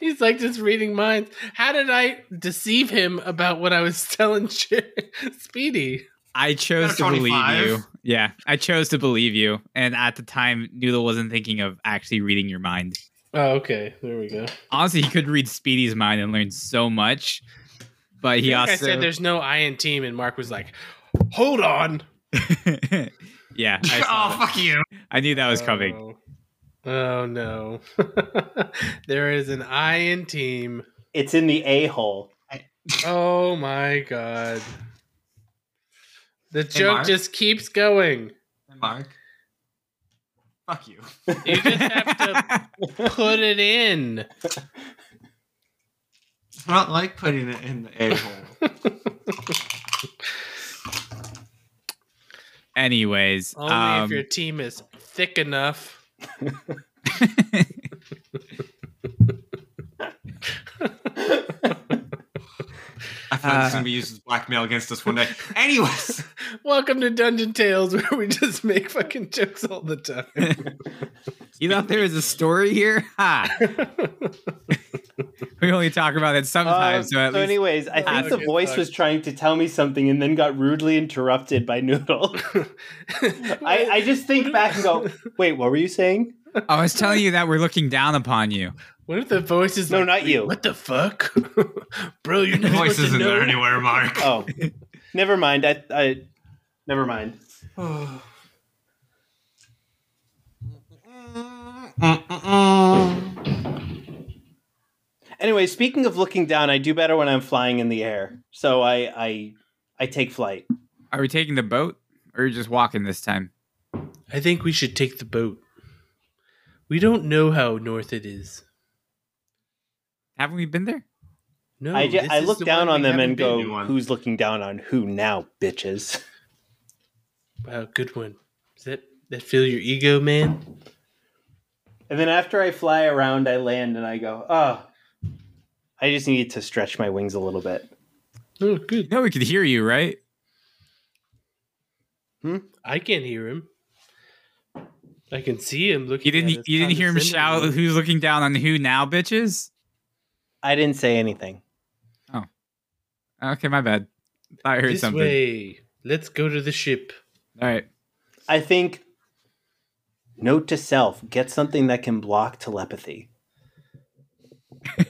Speaker 4: He's like just reading minds. How did I deceive him about what I was telling Ch- Speedy?
Speaker 1: I chose to
Speaker 3: Got a
Speaker 1: believe
Speaker 3: 25.
Speaker 1: you. Yeah, I chose to believe you. And at the time, Noodle wasn't thinking of actually reading your mind.
Speaker 4: Oh, okay. There we go.
Speaker 1: Honestly, he could read Speedy's mind and learn so much, but he
Speaker 4: I
Speaker 1: also
Speaker 4: said there's no I in team, and Mark was like, "Hold on."
Speaker 1: yeah, I, saw
Speaker 3: oh,
Speaker 1: that.
Speaker 3: fuck you.
Speaker 1: I knew that was coming.
Speaker 4: Oh, Oh, no. there is an I in team.
Speaker 2: It's in the a hole.
Speaker 4: Oh my god. The joke
Speaker 3: Mark?
Speaker 4: just keeps going.
Speaker 3: Mark. Fuck you.
Speaker 4: You just have to put it in.
Speaker 3: I don't like putting it in the a hole.
Speaker 1: Anyways,
Speaker 4: Only
Speaker 1: um,
Speaker 4: if your team is thick enough.
Speaker 3: I thought this was gonna be used as blackmail against us one day. Anyways,
Speaker 4: Welcome to Dungeon Tales, where we just make fucking jokes all the time.
Speaker 1: you thought there was a story here? Ha! We only talk about it
Speaker 2: Uh,
Speaker 4: Um,
Speaker 1: sometimes. so
Speaker 2: so,
Speaker 1: at least
Speaker 2: anyways, I
Speaker 4: Ah,
Speaker 2: think the
Speaker 4: okay,
Speaker 2: voice
Speaker 4: fuck.
Speaker 2: was trying to tell me something and then got rudely interrupted by Noodle. I, I just think back and go, wait, what were you saying?
Speaker 1: I was telling you that we're looking down upon you.
Speaker 4: what if the voice is
Speaker 2: No,
Speaker 4: like,
Speaker 2: not you.
Speaker 4: What the fuck, bro? You're
Speaker 3: the
Speaker 4: not supposed
Speaker 3: voice
Speaker 4: to
Speaker 3: isn't there
Speaker 4: know."
Speaker 3: anywhere, Mark.
Speaker 2: Oh, never mind. I, I never mind. Anyway, speaking of looking down, I do better when I'm flying in the air. So I I I take flight.
Speaker 1: Are we taking the boat or are you just walking this time?
Speaker 4: I think we should take the boat. We don't know how north it is.
Speaker 1: Haven't we been there?
Speaker 4: No,
Speaker 2: I, ju-
Speaker 4: this
Speaker 2: I
Speaker 4: is
Speaker 2: look
Speaker 4: the
Speaker 2: down
Speaker 4: one
Speaker 2: on
Speaker 4: we
Speaker 2: them and
Speaker 4: haven't been
Speaker 2: go,
Speaker 3: new one.
Speaker 2: "Who's looking down on who now, bitches?"
Speaker 4: to. Wow, good one. Does that that feel your ego, man?
Speaker 2: And then after I fly around, I land and I go, "Oh, I just need to stretch my wings a little bit."
Speaker 4: Oh,
Speaker 1: You
Speaker 4: good.
Speaker 1: know we could hear you, right?
Speaker 4: I can't hear him. I can see him looking.
Speaker 1: You didn't
Speaker 4: at us
Speaker 1: you didn't hear him shout
Speaker 4: condescendingly.
Speaker 1: who's looking down on who now, bitches?
Speaker 2: I didn't say anything.
Speaker 1: Okay, my bad. Thought I heard
Speaker 4: This
Speaker 1: something.
Speaker 4: way, let's go to the ship.
Speaker 1: All right.
Speaker 2: I think note to self: get something that can block telepathy.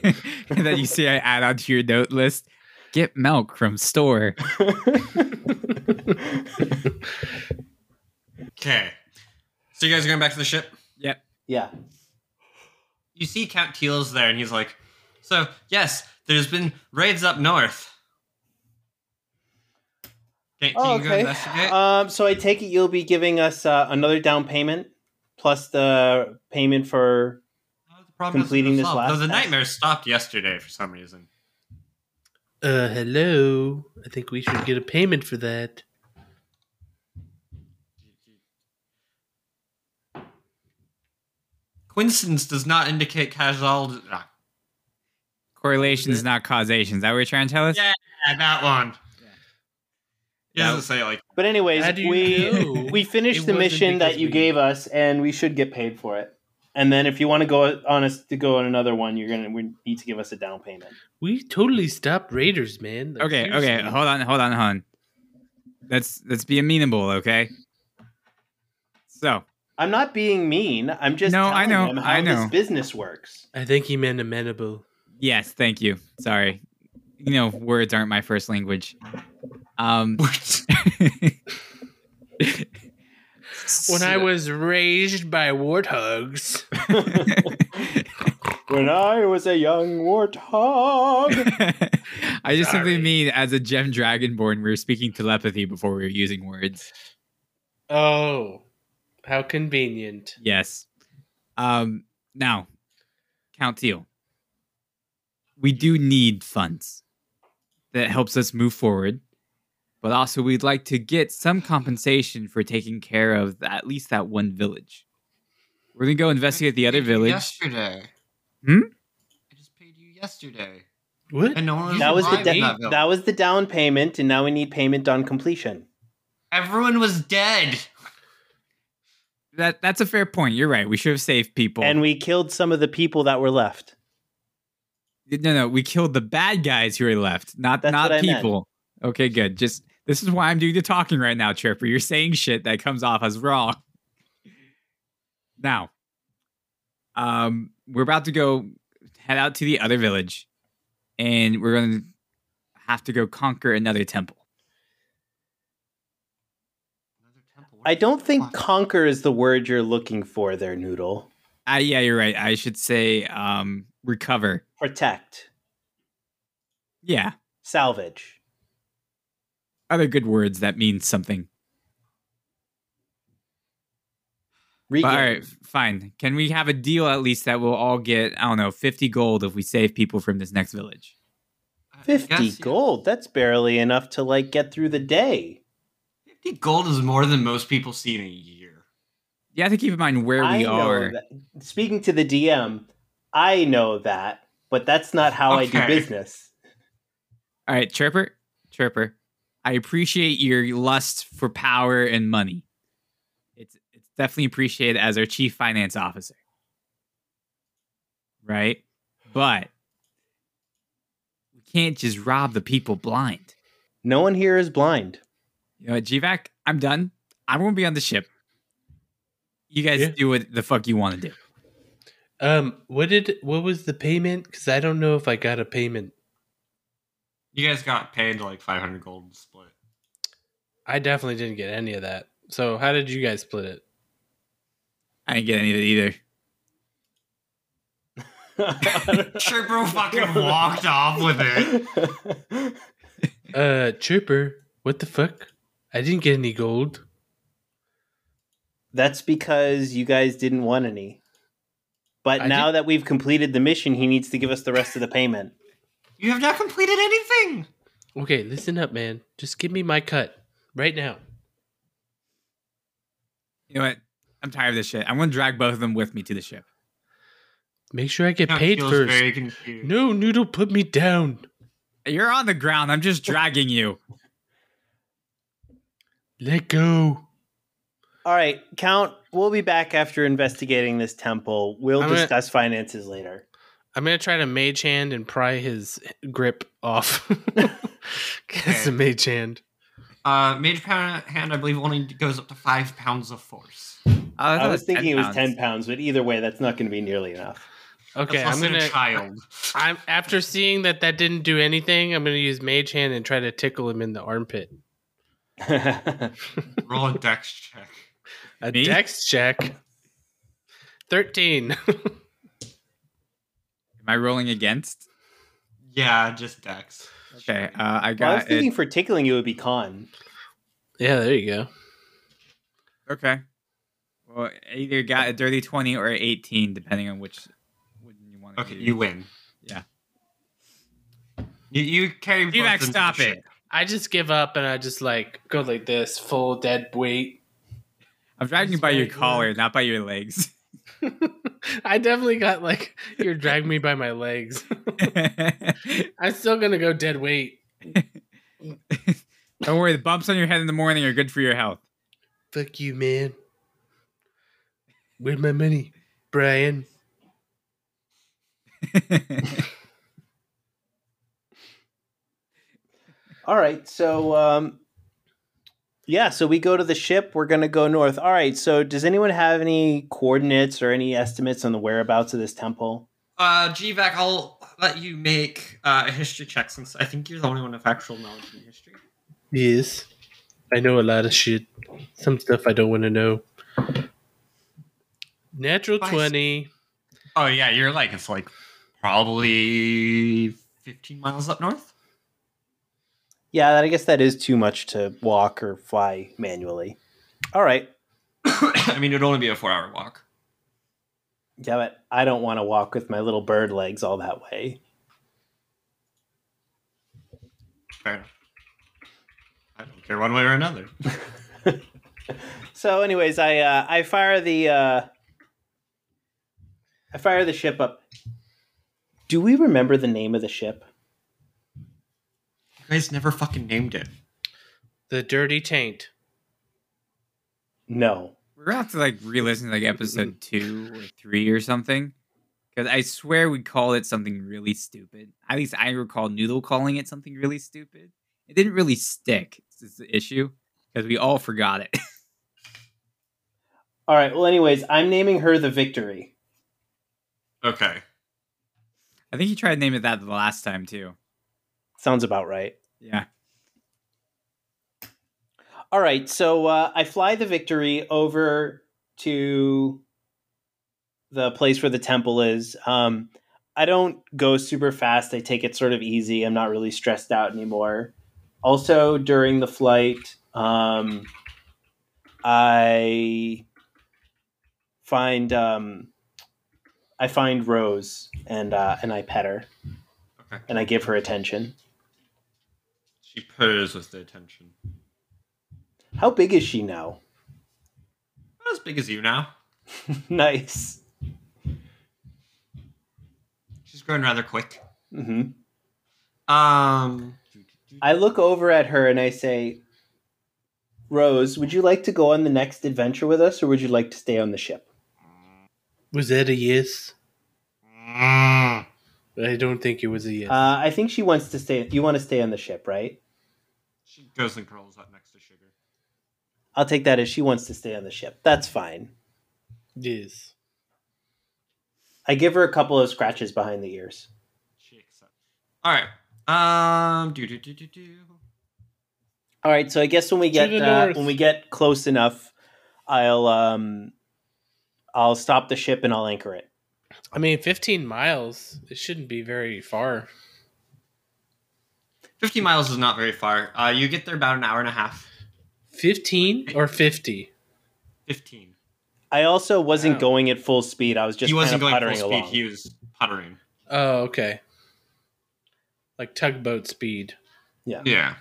Speaker 1: and then you see I add on to your note list. Get milk from store.
Speaker 3: Okay. So you guys are going back to the ship?
Speaker 2: Yeah.
Speaker 3: You see Count Teal's there, and he's like, So, yes, there's been raids up north. Can, can
Speaker 2: Oh,
Speaker 3: you go
Speaker 2: okay.
Speaker 3: investigate?
Speaker 2: Um, so I take it you'll be giving us uh, another down payment plus the payment for.
Speaker 3: Oh, the problem hasn't
Speaker 2: completing
Speaker 3: been
Speaker 2: this
Speaker 3: solved,
Speaker 2: last
Speaker 3: Though the
Speaker 2: task.
Speaker 3: nightmare stopped yesterday for some reason.
Speaker 4: Uh, hello. I think we should get a payment for that.
Speaker 3: Coincidence does not indicate casual. Ah,
Speaker 1: Correlations, not causations. Is that what you're trying to tell us?
Speaker 3: Yeah. that one. He
Speaker 1: That-
Speaker 3: doesn't say like
Speaker 2: But
Speaker 4: How
Speaker 2: anyways,
Speaker 4: do you
Speaker 2: we
Speaker 4: know?
Speaker 2: we
Speaker 4: It
Speaker 2: finished the
Speaker 4: wasn't
Speaker 2: mission that
Speaker 4: because
Speaker 2: you
Speaker 4: we-
Speaker 2: gave us, and we should get paid for it. And then if you want to go on us to go on another one, you're gonna we need to give us a down payment.
Speaker 4: We totally stopped Raiders, man. Like,
Speaker 1: Okay, okay.
Speaker 4: seriously.
Speaker 1: Hold on, hold on, hold on. Let's let's be amenable, okay? So
Speaker 2: I'm not being mean. I'm just
Speaker 1: No,
Speaker 2: telling
Speaker 1: I know,
Speaker 2: them how
Speaker 1: I know.
Speaker 2: this business works.
Speaker 4: I think he meant amenable.
Speaker 1: yes, thank you. Sorry, you know words aren't my first language. Um,
Speaker 4: When I was raised by warthogs.
Speaker 2: When I was a young warthog.
Speaker 1: I just simply
Speaker 4: Sorry.
Speaker 1: mean as a gem dragonborn, we were speaking telepathy before we were using words.
Speaker 4: Oh, how convenient.
Speaker 1: Yes. Um, now, Count Teal, we do need funds that helps us move forward, but also we'd like to get some compensation for taking care of th- at least that one village. We're gonna go investigate the other village.
Speaker 3: yesterday.
Speaker 1: Hmm?
Speaker 3: I just paid you yesterday,
Speaker 4: What?
Speaker 3: and no one was
Speaker 2: that was the
Speaker 3: alive in
Speaker 2: da-
Speaker 3: that village.
Speaker 2: that was the down payment, and now we need payment on completion.
Speaker 3: Everyone was dead.
Speaker 1: That that's a fair point. You're right. We should have saved people.
Speaker 2: And we killed some of the people that were left.
Speaker 1: no, no, we killed the bad guys who are left, not
Speaker 2: That's
Speaker 1: not
Speaker 2: what I meant.
Speaker 1: people. Okay, good. Just this is why I'm doing the talking right now, Tripper. You're saying shit that comes off as wrong. Now, um, we're about to go head out to the other village, and we're going to have to go conquer another temple.
Speaker 2: I don't think
Speaker 3: Fuck.
Speaker 2: conquer is the word you're looking for there, Noodle.
Speaker 1: Ah, yeah, you're right. I should say um, recover.
Speaker 2: Protect,
Speaker 1: Yeah,
Speaker 2: salvage.
Speaker 1: other good words that mean something.
Speaker 2: Regain.
Speaker 1: all right, fine. Can we have a deal at least that we'll all get, I don't know, 50 gold if we save people from this next village?
Speaker 3: I guess,
Speaker 2: 50
Speaker 3: yeah.
Speaker 2: gold. That's barely enough to like get through the day.
Speaker 3: Fifty gold is more than most people see in a year.
Speaker 1: You have to keep in mind where
Speaker 2: I
Speaker 1: we
Speaker 2: know
Speaker 1: are.
Speaker 2: that- Speaking to the DM, I know that, but that's not how I do
Speaker 3: Okay.
Speaker 2: business.
Speaker 1: All right, Chirper, Chirper, I appreciate your lust for power and money. It's, it's definitely appreciated as our chief finance officer. Right? But we can't just rob the people blind.
Speaker 2: No one here is blind.
Speaker 1: You know what, GVAC, I'm done. I'm going to be on the ship. You guys
Speaker 4: Yeah.
Speaker 1: do what the fuck you want to do.
Speaker 4: Um, what did what was the payment? Because I don't know if I got a payment.
Speaker 3: You guys got paid like five hundred gold to split.
Speaker 4: I definitely didn't get any of that. So how did you guys split it?
Speaker 1: I didn't get any of it either.
Speaker 3: Sherpa fucking walked off with it.
Speaker 4: Uh, Trooper, what the fuck? I didn't get any gold.
Speaker 2: that's because you guys didn't want any. But
Speaker 1: I
Speaker 2: now that we've completed the mission, he needs to give us the rest of the payment.
Speaker 3: You have not completed anything.
Speaker 4: Okay, listen up, man. Just give me my cut right now.
Speaker 1: You know what? I'm tired of this shit. I'm going to drag both of them with me to the ship.
Speaker 4: Make sure I get
Speaker 3: Count
Speaker 4: paid
Speaker 3: Teal's
Speaker 4: first.
Speaker 3: Very confused.
Speaker 4: No, Noodle, put me down.
Speaker 1: You're on the ground. I'm just dragging you.
Speaker 4: Let go.
Speaker 2: All right, Count, we'll be back after investigating this temple. We'll
Speaker 4: I'm gonna-
Speaker 2: discuss finances later.
Speaker 4: I'm gonna try to mage hand and pry his grip off. 'Cause it's a mage hand.
Speaker 3: Uh, Mage Pound Hand, I believe, only goes up to five pounds of force.
Speaker 1: thought
Speaker 2: I was
Speaker 1: it 10
Speaker 2: thinking it was
Speaker 1: pounds.
Speaker 2: 10 pounds, but either way, that's not going to be nearly enough.
Speaker 4: Okay,
Speaker 3: That's
Speaker 4: I'm
Speaker 3: less than
Speaker 4: gonna.
Speaker 3: a child.
Speaker 4: I'm after seeing that that didn't do anything. I'm gonna use mage hand and try to tickle him in the armpit.
Speaker 3: Roll a dex check.
Speaker 4: A
Speaker 1: Me?
Speaker 4: dex check. 13.
Speaker 1: Am I rolling against?
Speaker 3: Yeah, just Dex.
Speaker 1: Okay, uh, I
Speaker 2: Well, I was
Speaker 1: got
Speaker 2: thinking
Speaker 1: it.
Speaker 2: for tickling you would be con.
Speaker 4: yeah, there you go.
Speaker 1: Okay. Well, I either got a dirty 20 or 18, depending on which one you want to
Speaker 3: Okay, you win.
Speaker 1: Yeah.
Speaker 3: You you carry. both
Speaker 1: T-Max,
Speaker 3: into the
Speaker 1: stop
Speaker 3: ship.
Speaker 1: it.
Speaker 4: I just give up and I just like go like this, full dead weight.
Speaker 1: I'm dragging you
Speaker 4: Just
Speaker 1: by your
Speaker 4: wait,
Speaker 1: collar,
Speaker 4: wait.
Speaker 1: not by your legs.
Speaker 4: I definitely got like you're dragging me by my legs. I'm still gonna go dead weight.
Speaker 1: Don't worry, the bumps on your head in the morning are good for your health.
Speaker 4: Fuck you, man. Where's my money, Brian?
Speaker 2: All right, so um, yeah, so we go to the ship. We're gonna go north. All right, so does anyone have any coordinates or any estimates on the whereabouts of this temple?
Speaker 3: Uh, GVAC, I'll let you make uh, a history check since I think you're the only one with actual knowledge in history.
Speaker 4: Yes. I know a lot of shit. Some stuff I don't want to know. Natural
Speaker 3: Bye.
Speaker 4: 20.
Speaker 3: Oh yeah, you're like it's like probably 15 miles up north.
Speaker 2: Yeah, that- I guess that is too much to walk or fly manually. All right,
Speaker 3: I mean, it'd only be a four-hour walk.
Speaker 2: yeah, but I don't want to walk with my little bird legs all that way.
Speaker 3: Fair enough. I don't care one way or another.
Speaker 2: So, anyways, I uh, I fire the uh, I fire the ship up. Do we remember the name of the ship?
Speaker 3: You guys never fucking named it.
Speaker 4: The dirty taint.
Speaker 2: No.
Speaker 1: We're gonna have to like re-listen to like episode two or three or something, because I swear we called it something really stupid. At least I recall Noodle calling it something really stupid. It didn't really stick. This is the issue because we all forgot it.
Speaker 2: All right. Well, anyways, I'm naming her the Victory.
Speaker 3: Okay.
Speaker 1: I think you tried to name it that the last time too.
Speaker 2: Sounds about right.
Speaker 1: Yeah,
Speaker 2: All right. So uh, I fly the Victory over to the place where the temple is. Um, I don't go super fast. I take it sort of easy. I'm not really stressed out anymore. Also, during the flight, um, I find um, I find Rose and uh, and I pet her
Speaker 3: Okay.
Speaker 2: and I give her attention.
Speaker 3: She purrs with the attention.
Speaker 2: How big is she now?
Speaker 3: Not as big as you now.
Speaker 2: nice.
Speaker 3: She's growing rather quick.
Speaker 2: hmm
Speaker 3: Mm-hmm. Um.
Speaker 2: I look over at her and I say, Rose, would you like to go on the next adventure with us or would you like to stay on the ship?
Speaker 4: Was that a yes? I don't think it was a yes.
Speaker 2: Uh, I think she wants to stay. You want to stay on the ship, right?
Speaker 3: She goes and curls up next to Sugar.
Speaker 2: I'll take that as she wants to stay on the ship. That's fine.
Speaker 4: yes.
Speaker 2: I give her a couple of scratches behind the ears.
Speaker 3: She accepts. All right. Um. Do do do do do.
Speaker 2: All right, so I guess when we get
Speaker 4: the
Speaker 2: uh,
Speaker 4: north.
Speaker 2: when we get close enough, I'll um, I'll stop the ship and I'll anchor it.
Speaker 4: I mean, 15 miles. It shouldn't be very far.
Speaker 3: Fifty miles is not very far. Uh, you get there about an hour and a half.
Speaker 4: 15 or 50?
Speaker 3: Fifteen.
Speaker 2: I also wasn't
Speaker 4: Wow.
Speaker 2: going at full speed. I was just
Speaker 3: he wasn't
Speaker 2: kind of
Speaker 3: going full
Speaker 2: puttering
Speaker 3: speed.
Speaker 2: along.
Speaker 3: He was puttering.
Speaker 4: Oh, okay. Like tugboat speed.
Speaker 1: Um,
Speaker 3: Yeah.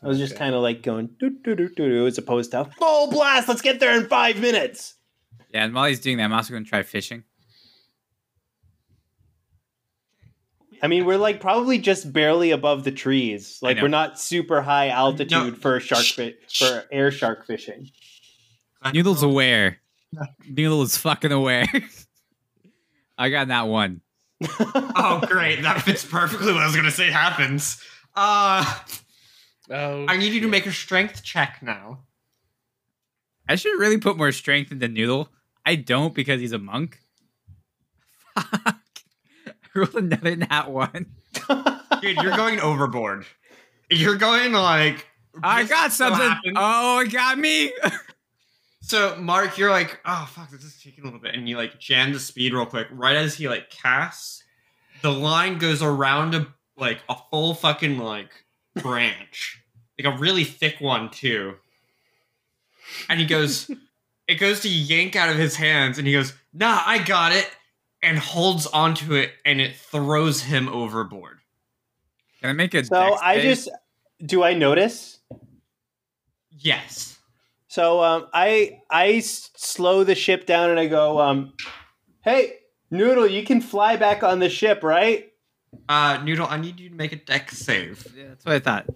Speaker 2: I was just
Speaker 4: Okay.
Speaker 2: kind of like going doo doo doo doo doo as opposed to full blast. Let's get there in five minutes.
Speaker 1: yeah. And while he's doing that, I'm also gonna try fishing.
Speaker 2: I mean, we're like probably just barely above the trees.
Speaker 1: I
Speaker 2: Like
Speaker 1: know.
Speaker 2: we're not super high altitude
Speaker 3: No.
Speaker 2: for shark
Speaker 3: Shh,
Speaker 2: fi-
Speaker 3: shh.
Speaker 2: for air shark fishing.
Speaker 1: Noodle's aware. Noodle is fucking aware. I got that one.
Speaker 3: Oh, great! That fits perfectly what I was gonna say happens. Uh,
Speaker 4: Oh,
Speaker 3: I need you to make a strength check now.
Speaker 1: I should really put more strength into Noodle. I don't because he's a monk. Fuck. I rolled another nat one.
Speaker 3: Dude, you're going overboard. You're going like.
Speaker 1: I
Speaker 3: just
Speaker 1: got
Speaker 3: so
Speaker 1: something.
Speaker 3: happened-
Speaker 1: Oh, it got me.
Speaker 3: So Mark, you're like, oh fuck, this is taking a little bit, and you like jam the speed real quick. Right as he like casts, the line goes around a like a full fucking like branch, like a really thick one too. And he goes, it goes to yank out of his hands, and he goes, nah, I got it, and holds onto it, and it throws him overboard.
Speaker 1: Can I make a?
Speaker 2: So
Speaker 1: dex
Speaker 2: I
Speaker 1: save?
Speaker 2: just do I notice?
Speaker 3: Yes.
Speaker 2: So um, I I s- slow the ship down and I go, um, hey Noodle, you can fly back on the ship, right?
Speaker 3: Uh, Noodle, I need you to make a deck save.
Speaker 1: Yeah, that's what I thought.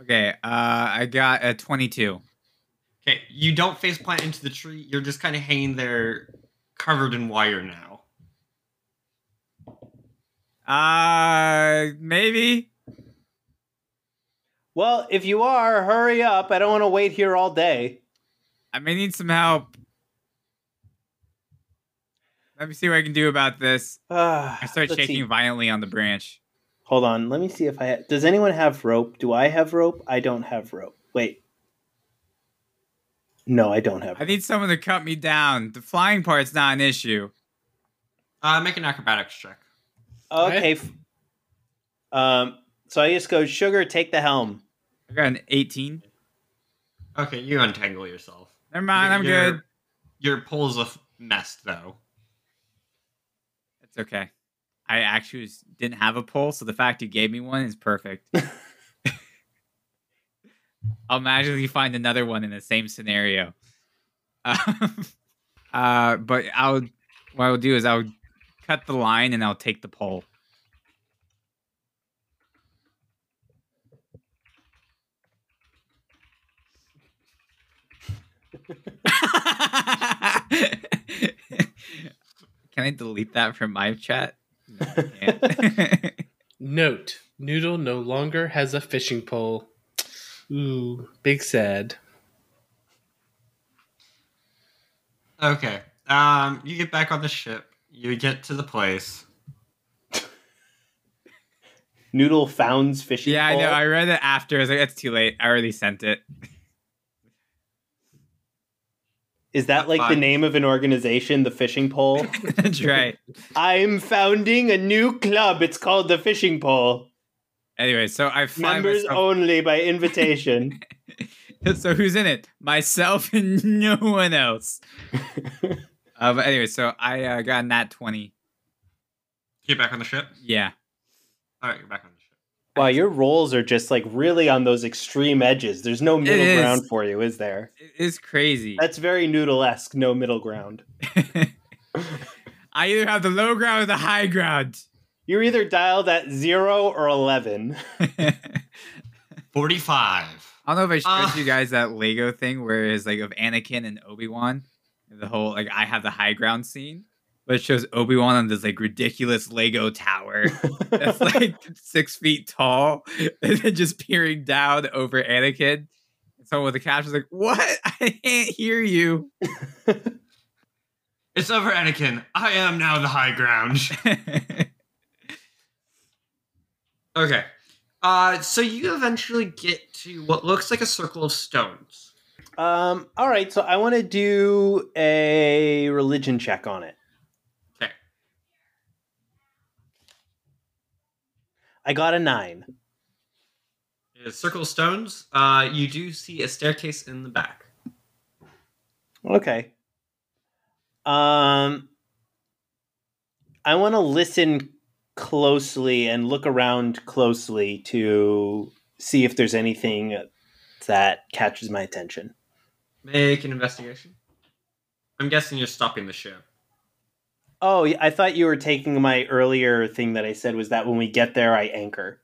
Speaker 1: Okay, uh, I got a twenty-two.
Speaker 3: Okay, you don't face plant into the tree. You're just kind of hanging there, covered in wire now.
Speaker 1: Uh, maybe.
Speaker 2: Well, if you are, hurry up. I don't want to wait here all day.
Speaker 1: I may need some help. Let me see what I can do about this.
Speaker 2: Ah,
Speaker 1: I start
Speaker 2: let's
Speaker 1: shaking
Speaker 2: see.
Speaker 1: violently on the branch.
Speaker 2: Hold on, let me see if I ha- does anyone have rope? Do I have rope? I don't have rope. Wait. No, I don't have.
Speaker 1: I need someone to cut me down. The flying part's not an issue.
Speaker 3: Uh, make an acrobatics check.
Speaker 2: Okay. f- Um. So I just go, sugar, take the helm.
Speaker 1: I got an 18.
Speaker 3: Okay, you untangle yourself.
Speaker 1: Never mind, I'm
Speaker 3: Your-
Speaker 1: good.
Speaker 3: Your pole's a f- mess, though.
Speaker 1: It's okay. I actually was- didn't have a pole, so the fact you gave me one is perfect. I'll magically find another one in the same scenario. Um, uh, but I'll what I'll do is I'll cut the line and I'll take the pole. Can I delete that from my chat? No, I can't.
Speaker 4: Note: Noodle no longer has a fishing pole. Ooh, big sad.
Speaker 3: Okay. Um, you get back on the ship. You get to the place.
Speaker 2: Noodle founds fishing.
Speaker 1: yeah, I
Speaker 2: pole.
Speaker 1: know. I read it after. I was like, that's too late. I already sent it.
Speaker 2: Is that like the
Speaker 3: Fine.
Speaker 2: name of an organization, the Fishing Pole?
Speaker 1: that's right.
Speaker 2: I'm founding a new club. It's called the Fishing Pole.
Speaker 1: Anyway, so I find
Speaker 2: Members
Speaker 1: myself.
Speaker 2: only by invitation.
Speaker 1: so who's in it? Myself and no one else. uh, but anyway, so I uh, got a nat twenty.
Speaker 3: You get back on the ship.
Speaker 1: Yeah,
Speaker 3: All right, you're back on the ship.
Speaker 2: wow, your roles are just like really on those extreme edges. There's no
Speaker 1: It
Speaker 2: middle
Speaker 1: is.
Speaker 2: ground for you, is there?
Speaker 1: it is crazy.
Speaker 2: That's very noodle-esque, no middle ground.
Speaker 1: I either have the low ground or the high ground.
Speaker 2: You're either dialed at zero or eleven.
Speaker 1: I
Speaker 3: Forty-five.
Speaker 1: don't know if I showed
Speaker 3: Ah.
Speaker 1: you guys that Lego thing where it's like of Anakin and Obi Wan, the whole like I have the high ground scene, but it shows Obi Wan on this like ridiculous Lego tower. that's like six feet tall and then just peering down over Anakin. And someone with the caption's like, What? I can't hear you.
Speaker 3: It's over, Anakin. I am now the high ground. Okay. Uh, so you eventually get to what looks like a circle of stones.
Speaker 2: Um, all right, so I want to do a religion check on it.
Speaker 3: Okay.
Speaker 2: I got a nine.
Speaker 3: Uh, Circle of stones. Uh, you do see a staircase in the back.
Speaker 2: Okay. Um, I want to listen closely and look around closely to see if there's anything that catches my attention.
Speaker 3: Make an investigation. I'm guessing you're stopping the ship.
Speaker 2: Oh, yeah, I thought you were taking my earlier thing that I said was that when we get there, I anchor.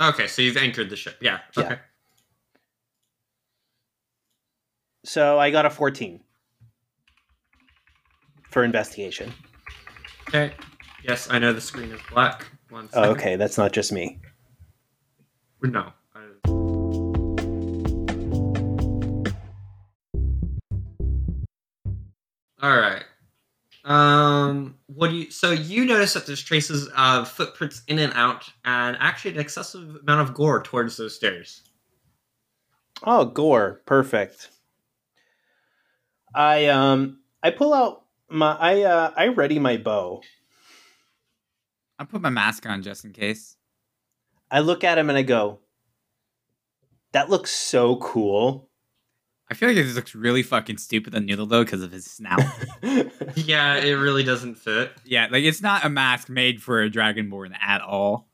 Speaker 3: Okay, so you've anchored the ship. Yeah.
Speaker 2: Yeah.
Speaker 3: Okay.
Speaker 2: So I got a 14 for investigation.
Speaker 3: Okay. Yes, I know the screen is black. One
Speaker 2: Oh,
Speaker 3: second.
Speaker 2: okay, that's not just me.
Speaker 3: No. I- All right. Um, what do you? So you notice that there's traces of footprints in and out, and actually an excessive amount of gore towards those stairs.
Speaker 2: Oh, gore. Perfect. I um I pull out my I uh I ready my bow.
Speaker 1: I put my mask on just in case.
Speaker 2: I look at him and I go, "That looks so cool."
Speaker 1: I feel like it looks really fucking stupid on Noodle though because of his snout.
Speaker 3: Yeah, it really doesn't fit.
Speaker 1: yeah, like it's not a mask made for a dragonborn at all.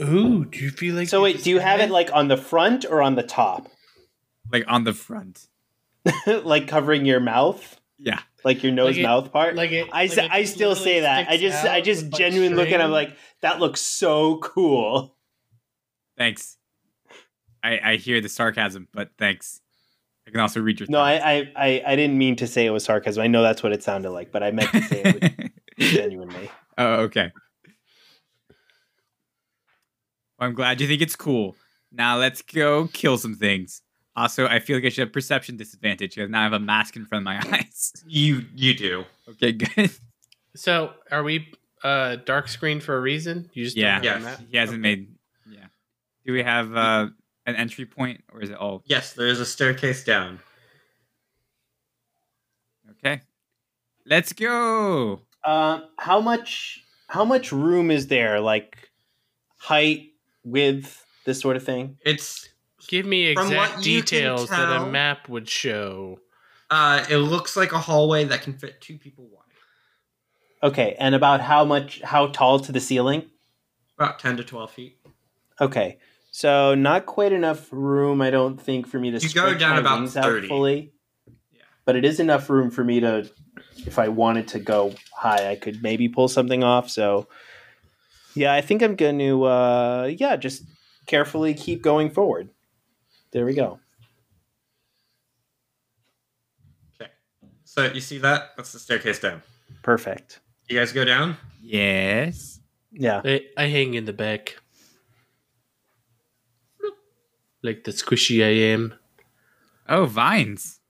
Speaker 4: Ooh, do you feel like?
Speaker 2: so wait, do you have it
Speaker 4: like?
Speaker 2: like on the front or on the top?
Speaker 1: Like on the front.
Speaker 2: like covering your mouth,
Speaker 1: Yeah.
Speaker 2: like your nose
Speaker 4: Like it-
Speaker 2: mouth part?
Speaker 4: Like it,
Speaker 2: I,
Speaker 4: like
Speaker 2: s-
Speaker 4: it
Speaker 2: I
Speaker 4: just
Speaker 2: still
Speaker 4: literally
Speaker 2: say that. I
Speaker 4: sticks
Speaker 2: just I
Speaker 4: out
Speaker 2: just
Speaker 4: with, like,
Speaker 2: genuinely look at him
Speaker 4: string.
Speaker 2: like that looks so cool.
Speaker 1: Thanks. I I hear the sarcasm, but thanks. I can also read your
Speaker 2: No, I, I I I didn't mean to say it was sarcasm. I know that's what it sounded like, but I meant to say it with genuinely.
Speaker 1: oh, okay. Well, I'm glad you think it's cool. Now let's go kill some things. Also, I feel like I should have perception disadvantage because now I have a mask in front of my eyes.
Speaker 3: You you do.
Speaker 1: Okay, good.
Speaker 4: So are we uh, dark screen for a reason? You just
Speaker 1: Yeah.
Speaker 4: don't have
Speaker 3: Yes.
Speaker 4: that?
Speaker 1: He hasn't made. Yeah. Do we have uh, an entry point, or is it all
Speaker 3: Yes, there is a staircase down.
Speaker 1: okay? Let's go.
Speaker 2: Um, how much how much room is there? Like height, width, this sort of thing.
Speaker 3: It's
Speaker 4: Give me
Speaker 3: From
Speaker 4: exact
Speaker 3: what you can
Speaker 4: details that a
Speaker 3: tell-
Speaker 4: map would show.
Speaker 3: uh it looks like a hallway that can fit two people wide.
Speaker 2: Okay, and about how much how tall to the ceiling?
Speaker 3: About ten to twelve feet.
Speaker 2: Okay, so not quite enough room, I don't think, for me to
Speaker 3: You go
Speaker 2: stretch
Speaker 3: down
Speaker 2: my
Speaker 3: about
Speaker 2: wings
Speaker 3: 30.
Speaker 2: out fully.
Speaker 3: Yeah.
Speaker 2: But it is enough room for me to, if I wanted to go high, I could maybe pull something off. So, yeah, I think I'm going to, uh, yeah, just carefully keep going forward. There we go.
Speaker 3: Okay. So you see that? That's the staircase down.
Speaker 2: Perfect.
Speaker 3: You guys go down?
Speaker 1: Yes.
Speaker 2: Yeah.
Speaker 4: I, I hang in the back. Like the squishy I am.
Speaker 1: Oh, vines.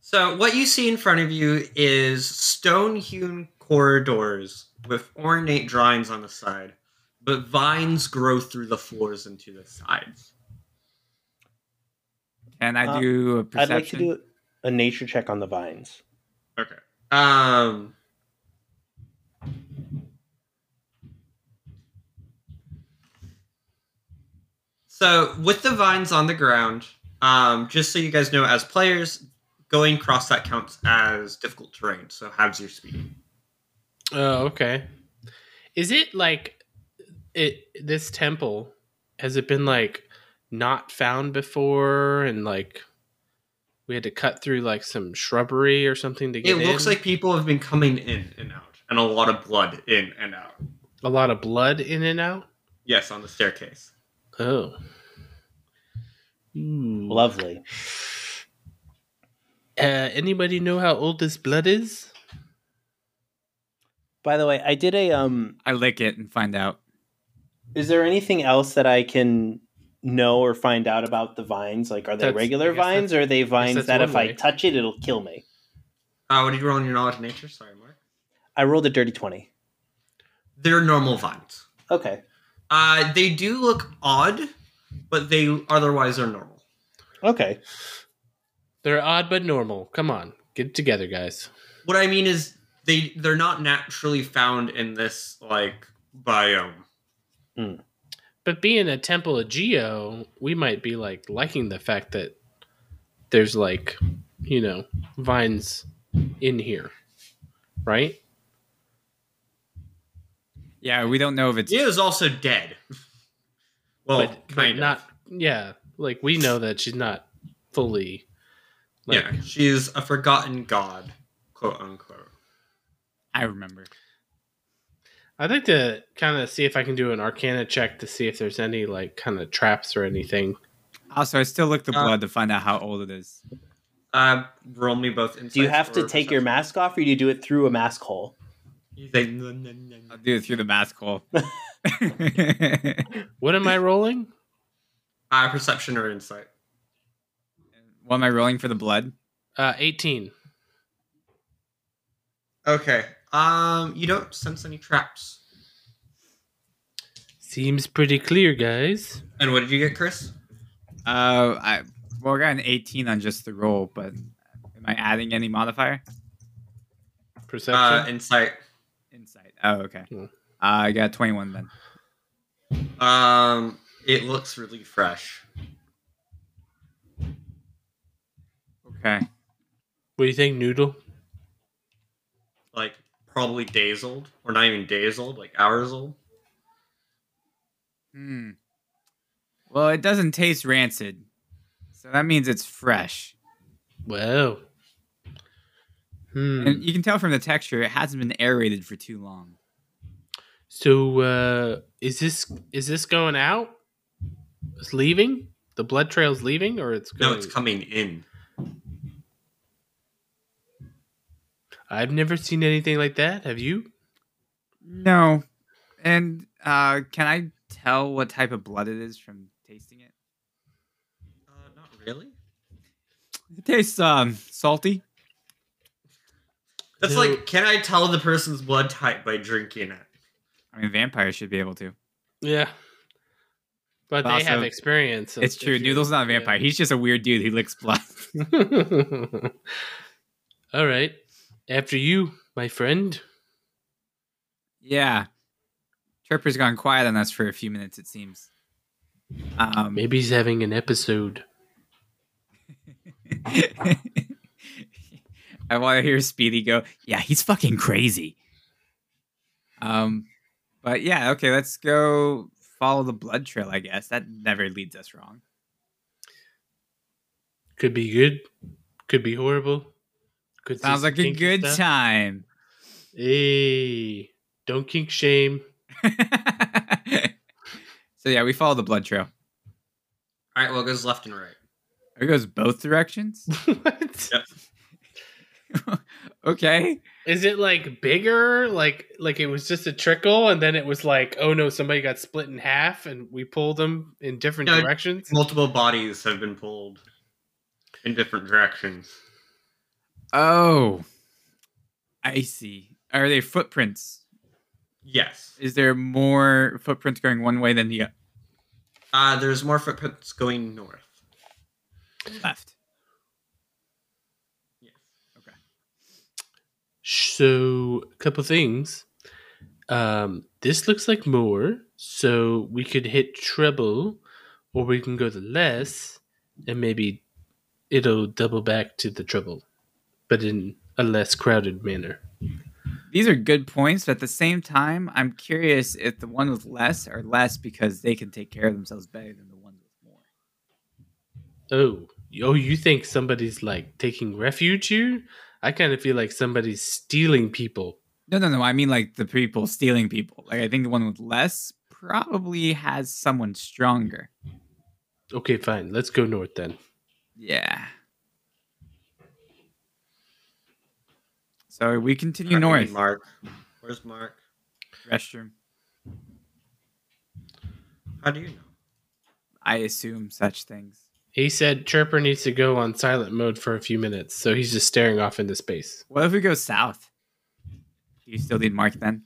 Speaker 3: So what you see in front of you is stone-hewn corridors with ornate drawings on the side, but vines grow through the floors and to the sides.
Speaker 1: Can I
Speaker 2: Uh,
Speaker 1: do a
Speaker 2: I'd
Speaker 1: perception?
Speaker 2: like to do a nature check on the vines.
Speaker 3: Okay. Um. So with the vines on the ground, um, just so you guys know, as players, going cross that counts as difficult terrain. So halves your speed.
Speaker 4: Oh, okay. Is it like it? This temple has it been like not found before, and like we had to cut through like some shrubbery or something to
Speaker 3: It
Speaker 4: get.
Speaker 3: looks
Speaker 4: in?
Speaker 3: like people have been coming in and out, and a lot of blood in and out.
Speaker 4: a lot of blood in and out.
Speaker 3: Yes, on the staircase.
Speaker 4: Oh. Ooh.
Speaker 2: Lovely.
Speaker 4: Uh, anybody know how old this blood is?
Speaker 2: By the way, I did a, um,
Speaker 1: I lick it and find out.
Speaker 2: is there anything else that I can know or find out about the vines? Like, are they
Speaker 4: That's- I
Speaker 2: regular
Speaker 4: guess
Speaker 2: vines or are they vines
Speaker 4: that's
Speaker 2: that
Speaker 4: one
Speaker 2: if I
Speaker 4: way.
Speaker 2: touch it, it'll kill me?
Speaker 3: Uh, what did you roll in your knowledge of nature? Sorry, Mark.
Speaker 2: I rolled a dirty 20.
Speaker 3: They're normal vines.
Speaker 2: Okay.
Speaker 3: Uh, they do look odd, but they otherwise are normal.
Speaker 2: Okay.
Speaker 4: They're odd but normal. Come on, get it together, guys.
Speaker 3: What I mean is they they're not naturally found in this like biome.
Speaker 4: But being a temple of Geo, we might be like liking the fact that there's like, you know, vines in here, right?
Speaker 1: Yeah, we don't know if it's.
Speaker 3: Geo is also dead. Well,
Speaker 4: but, but
Speaker 3: kind of.
Speaker 4: not, yeah. Like we know that she's not fully. Like,
Speaker 3: yeah, she is a forgotten god, quote unquote.
Speaker 1: I remember.
Speaker 4: I'd like to kind of see if I can do an Arcana check to see if there's any like kind of traps or anything.
Speaker 1: Also, I still lick the
Speaker 3: Uh,
Speaker 1: blood to find out how old it is.
Speaker 3: Uh, roll me both. Insights
Speaker 2: Do you have to
Speaker 3: or
Speaker 2: take your
Speaker 3: perception.
Speaker 2: mask off or do you do it through a mask hole?
Speaker 3: You say, "No, no, no, no."
Speaker 1: I'll do it through the mask hole.
Speaker 4: What am I rolling?
Speaker 3: Uh, perception or insight.
Speaker 1: what am I rolling for the blood?
Speaker 4: Uh, 18.
Speaker 3: Okay. Um, you don't sense any traps.
Speaker 4: Seems pretty clear, guys.
Speaker 3: And what did you get, Chris?
Speaker 1: Uh, I Well, I got an 18 on just the roll, but am I adding any modifier?
Speaker 4: Perception.
Speaker 3: Uh, insight.
Speaker 1: Insight. Oh, okay.
Speaker 4: Hmm.
Speaker 1: Uh, I got 21 then.
Speaker 3: Um, it looks really fresh.
Speaker 1: Okay.
Speaker 4: what do you think, Noodle?
Speaker 3: Like probably days old, or not even days old, like hours old.
Speaker 1: Hmm. Well, it doesn't taste rancid, so that means it's fresh.
Speaker 4: Whoa. Hmm.
Speaker 1: And you can tell from the texture, it hasn't been aerated for too long.
Speaker 4: So uh, is this is this going out? It's leaving. The blood trail's leaving, or it's going.
Speaker 3: No, it's coming in.
Speaker 4: I've never seen anything like that. Have you?
Speaker 1: No. And uh, can I tell what type of blood it is from tasting it?
Speaker 3: Uh, not really.
Speaker 1: It tastes um salty.
Speaker 3: That's
Speaker 4: No.
Speaker 3: like, can I tell the person's blood type by drinking it?
Speaker 1: I mean, vampires should be able to.
Speaker 4: Yeah. But they
Speaker 1: Also,
Speaker 4: have experience. so
Speaker 1: it's true.
Speaker 4: if you-
Speaker 1: Noodle's not a vampire. He's just a weird dude who licks blood.
Speaker 4: Yeah. All right. After you, my friend.
Speaker 1: yeah. Chirper's gone quiet on us for a few minutes, it seems. Um,
Speaker 4: Maybe he's having an episode.
Speaker 1: I want to hear Speedy go, yeah, he's fucking crazy. Um, but yeah, okay, let's go follow the blood trail, I guess. That never leads us wrong.
Speaker 4: Could be good. Could be horrible. Could see
Speaker 1: Sounds
Speaker 4: some
Speaker 1: like a
Speaker 4: kinky
Speaker 1: good
Speaker 4: stuff.
Speaker 1: time.
Speaker 4: Hey, don't kink shame.
Speaker 1: so yeah, we follow the blood trail.
Speaker 3: All right, well, it goes left and right.
Speaker 1: It goes both directions.
Speaker 4: what?
Speaker 1: okay.
Speaker 4: Is it like bigger? Like like it was just a trickle, and then it was like, oh no, somebody got split in half, and we pulled them in different
Speaker 3: No.
Speaker 4: directions.
Speaker 3: Multiple bodies have been pulled in different directions.
Speaker 1: Oh, I see. Are they footprints?
Speaker 3: Yes.
Speaker 1: Is there more footprints going one way than the
Speaker 3: Uh, there's more footprints going north.
Speaker 1: left?
Speaker 3: Yes.
Speaker 4: So, a couple things. Um, this looks like more, so we could hit treble, or we can go to less, and maybe it'll double back to the treble, but in a less crowded manner.
Speaker 1: These are good points, but at the same time, I'm curious if the one with less are less because they can take care of themselves better than the ones with more.
Speaker 4: Oh, oh, you think somebody's like taking refuge here? I kind of feel like somebody's stealing people.
Speaker 1: No, no, no. I mean like the people stealing people. Like I think the one with less probably has someone stronger.
Speaker 4: Okay, fine. Let's go north then.
Speaker 1: Yeah. So we continue
Speaker 3: Alright, we
Speaker 1: north.
Speaker 3: need Mark. Where's Mark?
Speaker 1: Restroom.
Speaker 3: How do you know?
Speaker 1: I assume such things.
Speaker 4: He said Chirper needs to go on silent mode for a few minutes, so he's just staring off into space.
Speaker 1: What if we go south? Do you still need Mark then?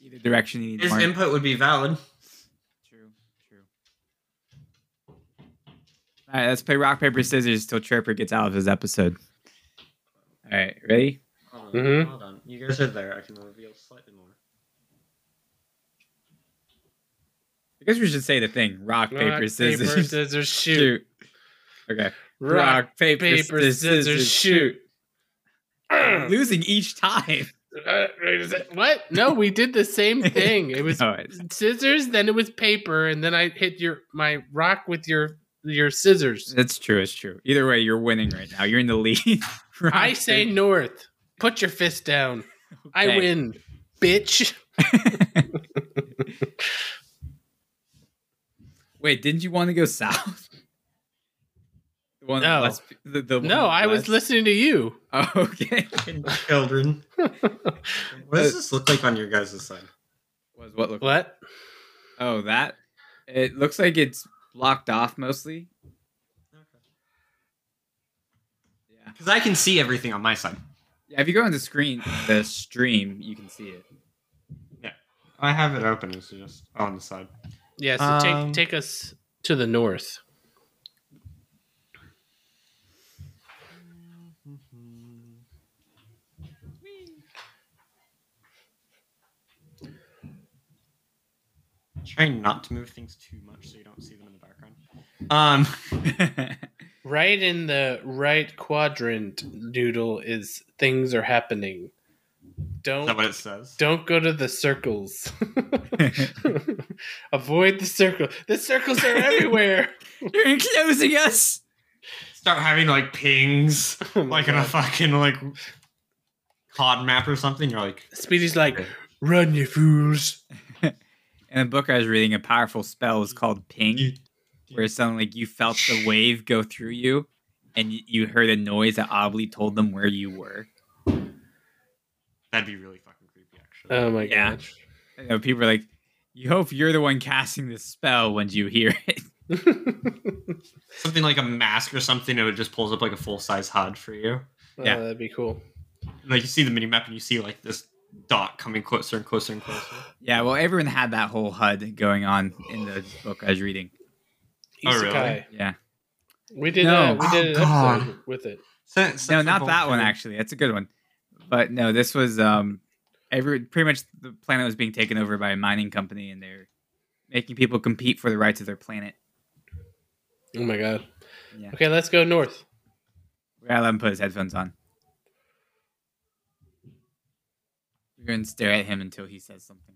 Speaker 1: Either direction you need
Speaker 3: His
Speaker 1: Mark.
Speaker 3: input would be valid.
Speaker 1: true, true. All right, let's play rock paper scissors till Chirper gets out of his episode. All right, ready?
Speaker 3: Hold on,
Speaker 1: Mm-hmm.
Speaker 4: Mhm.
Speaker 3: hold on. You guys are there. I can reveal slightly more.
Speaker 1: I guess we should say the thing: rock, paper, scissors,
Speaker 4: paper, scissors, shoot.
Speaker 1: shoot. Okay.
Speaker 4: Rock,
Speaker 1: paper,
Speaker 4: paper, scissors, shoot.
Speaker 1: I'm Losing each time.
Speaker 4: Uh, is it- what? No, we did the same thing. It was
Speaker 1: No, it's-
Speaker 4: scissors, then it was paper, and then I hit your my rock with your your scissors.
Speaker 1: That's true. It's true. Either way, you're winning right now. You're in the lead. Rock,
Speaker 4: I say
Speaker 1: paper-
Speaker 4: north. Put your fist down. I
Speaker 1: Okay.
Speaker 4: win, bitch.
Speaker 1: Wait, didn't you want to go south? The one
Speaker 4: No.
Speaker 1: less- the, the one
Speaker 4: No, I was
Speaker 1: less-
Speaker 4: listening to you.
Speaker 1: Oh, okay.
Speaker 3: Fucking children. What does this look like on your guys' side?
Speaker 1: Was what looked
Speaker 4: What?
Speaker 1: Oh, that. It looks like it's blocked off mostly. Yeah.
Speaker 3: Because I can see everything on my side.
Speaker 1: Yeah. If you go on the screen, the stream, you can see it.
Speaker 3: I have it open. It's just on the side.
Speaker 4: Yeah, so
Speaker 3: Um,
Speaker 4: take take us to the north.
Speaker 3: trying not to move things too much so you don't see them in the background. Um,
Speaker 4: Right in the right quadrant, Noodle is things are happening.
Speaker 3: is that
Speaker 4: Don't
Speaker 3: what it says?
Speaker 4: don't go to the circles. Avoid the circle. The circles are everywhere.
Speaker 1: You're enclosing us.
Speaker 3: Start having like pings,
Speaker 4: Oh my
Speaker 3: like in a
Speaker 4: God.
Speaker 3: fucking like COD map or something. You're like,
Speaker 4: Speedy's like, run you fools.
Speaker 1: In the book I was reading, a powerful spell is called ping, where it sounded like you felt the wave go through you, and y- you heard a noise that oddly told them where you were.
Speaker 3: that'd be really fucking creepy, actually.
Speaker 4: Oh my
Speaker 1: Yeah.
Speaker 4: gosh.
Speaker 1: You know, people are like, "You hope you're the one casting this spell when you hear it."
Speaker 4: Oh,
Speaker 3: something like a mask or something. It would just pulls up like a full size HUD for you.
Speaker 1: Yeah.
Speaker 4: Oh, that'd be cool.
Speaker 3: And, like you see the mini map and you see like this dot coming closer and closer and closer.
Speaker 1: Yeah, well, everyone had that whole HUD going on in the book I was reading.
Speaker 3: Oh, really?
Speaker 4: Isekai.
Speaker 1: Yeah,
Speaker 4: We did
Speaker 1: No.
Speaker 4: a, we did an
Speaker 3: Oh, God.
Speaker 4: episode with it.
Speaker 3: Sen- sen-
Speaker 1: no, not
Speaker 3: both
Speaker 1: that one
Speaker 3: of them.
Speaker 1: actually. That's a good one, but no, this was um, every pretty much the planet was being taken over by a mining company, and they're making people compete for the rights of their planet.
Speaker 4: Oh my god.
Speaker 1: Yeah.
Speaker 4: Okay, let's go north.
Speaker 1: We're gonna let him put his headphones on. We're gonna stare at him until he says something.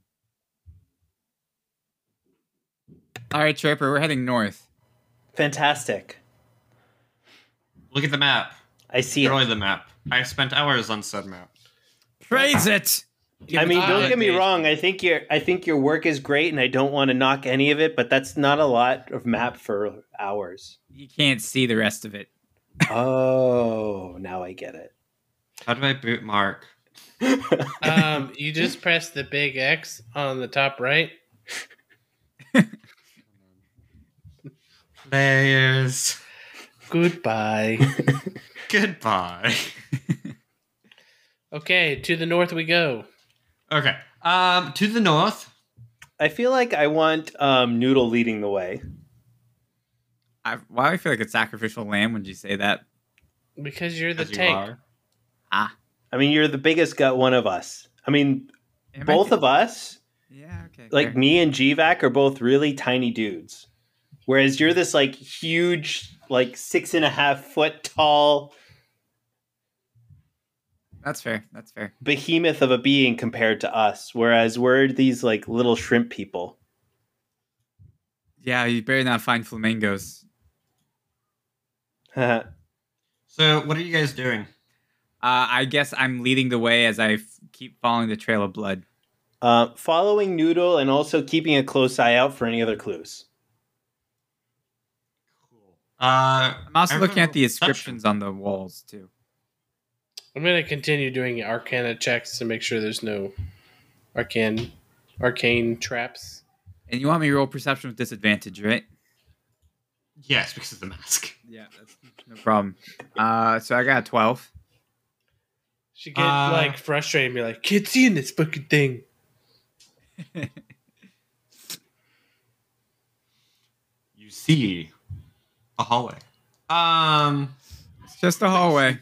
Speaker 1: All right, Tripper, we're heading north.
Speaker 2: Fantastic.
Speaker 3: Look at the map.
Speaker 2: I see. it.
Speaker 3: Enjoy the map. I spent hours on said map.
Speaker 1: Praise it.
Speaker 2: I mean,
Speaker 4: us
Speaker 2: don't
Speaker 4: time,
Speaker 2: get me
Speaker 4: Dave.
Speaker 2: wrong. I think your I think your work is great, and I don't want to knock any of it. But that's not a lot of map for hours.
Speaker 1: You can't see the rest of it.
Speaker 2: oh, now I get it.
Speaker 3: How do I boot Mark?
Speaker 4: Um, you just press the big X on the top right.
Speaker 3: Players.
Speaker 4: Goodbye.
Speaker 3: Goodbye.
Speaker 4: okay, to the north we go.
Speaker 3: Okay. Um, to the north.
Speaker 2: I feel like I want um, Noodle leading the way.
Speaker 1: I, why do I feel like a sacrificial lamb when you say that?
Speaker 4: Because you're the
Speaker 3: as you
Speaker 4: tank.
Speaker 3: are.
Speaker 2: I mean, you're the biggest gut one of us. I mean,
Speaker 1: Am I
Speaker 2: both
Speaker 1: the-
Speaker 2: of us,
Speaker 1: Yeah. Okay.
Speaker 2: like
Speaker 1: fair.
Speaker 2: me and Gvac, are both really tiny dudes. Whereas you're this like huge, like six and a half foot tall
Speaker 1: That's fair. That's fair.
Speaker 2: behemoth of a being compared to us. Whereas we're these like little shrimp people.
Speaker 1: Yeah, you better not find flamingos.
Speaker 2: Haha.
Speaker 3: So, what are you guys doing?
Speaker 1: Uh, I guess I'm leading the way as I f- keep following the trail of blood.
Speaker 2: uh, following Noodle and also keeping a close eye out for any other clues.
Speaker 3: Uh,
Speaker 1: I'm also
Speaker 3: I
Speaker 1: looking at the
Speaker 3: remember perception.
Speaker 1: inscriptions on the walls too.
Speaker 4: I'm gonna continue doing arcana checks to make sure there's no arcane arcane traps.
Speaker 1: And you want me to roll perception with disadvantage, right?
Speaker 3: Yes, because of the mask.
Speaker 1: Yeah, that's no problem. Uh, so I got a 12.
Speaker 4: She get
Speaker 3: Uh,
Speaker 4: like frustrated and be like, Can't see in this fucking thing.
Speaker 3: You see a hallway. Um,
Speaker 1: It's just a hallway.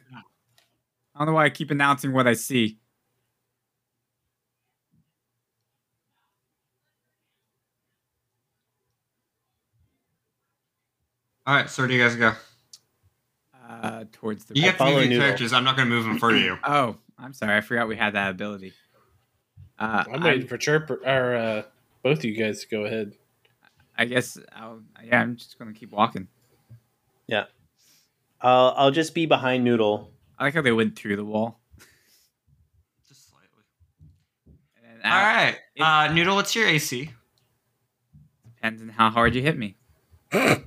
Speaker 1: I don't know why I keep announcing what I see.
Speaker 3: all right. So, where do you guys go?
Speaker 1: Uh, towards the
Speaker 3: You
Speaker 2: I
Speaker 3: have to move
Speaker 2: follow
Speaker 3: your
Speaker 2: Noodle.
Speaker 3: characters. I'm not going to move them for you.
Speaker 1: Oh, I'm sorry. I forgot we had that ability. Uh,
Speaker 4: I'm
Speaker 1: i
Speaker 4: waiting for Chirp or uh, both of you guys to go ahead.
Speaker 1: I guess I'll, yeah, I'm just going to keep walking.
Speaker 2: I'll I'll just be behind Noodle.
Speaker 1: I like how they went through the wall.
Speaker 3: Just slightly.
Speaker 1: And
Speaker 3: All
Speaker 1: that
Speaker 3: right. Uh, Noodle, what's your AC?
Speaker 1: depends on how hard you hit me.
Speaker 2: That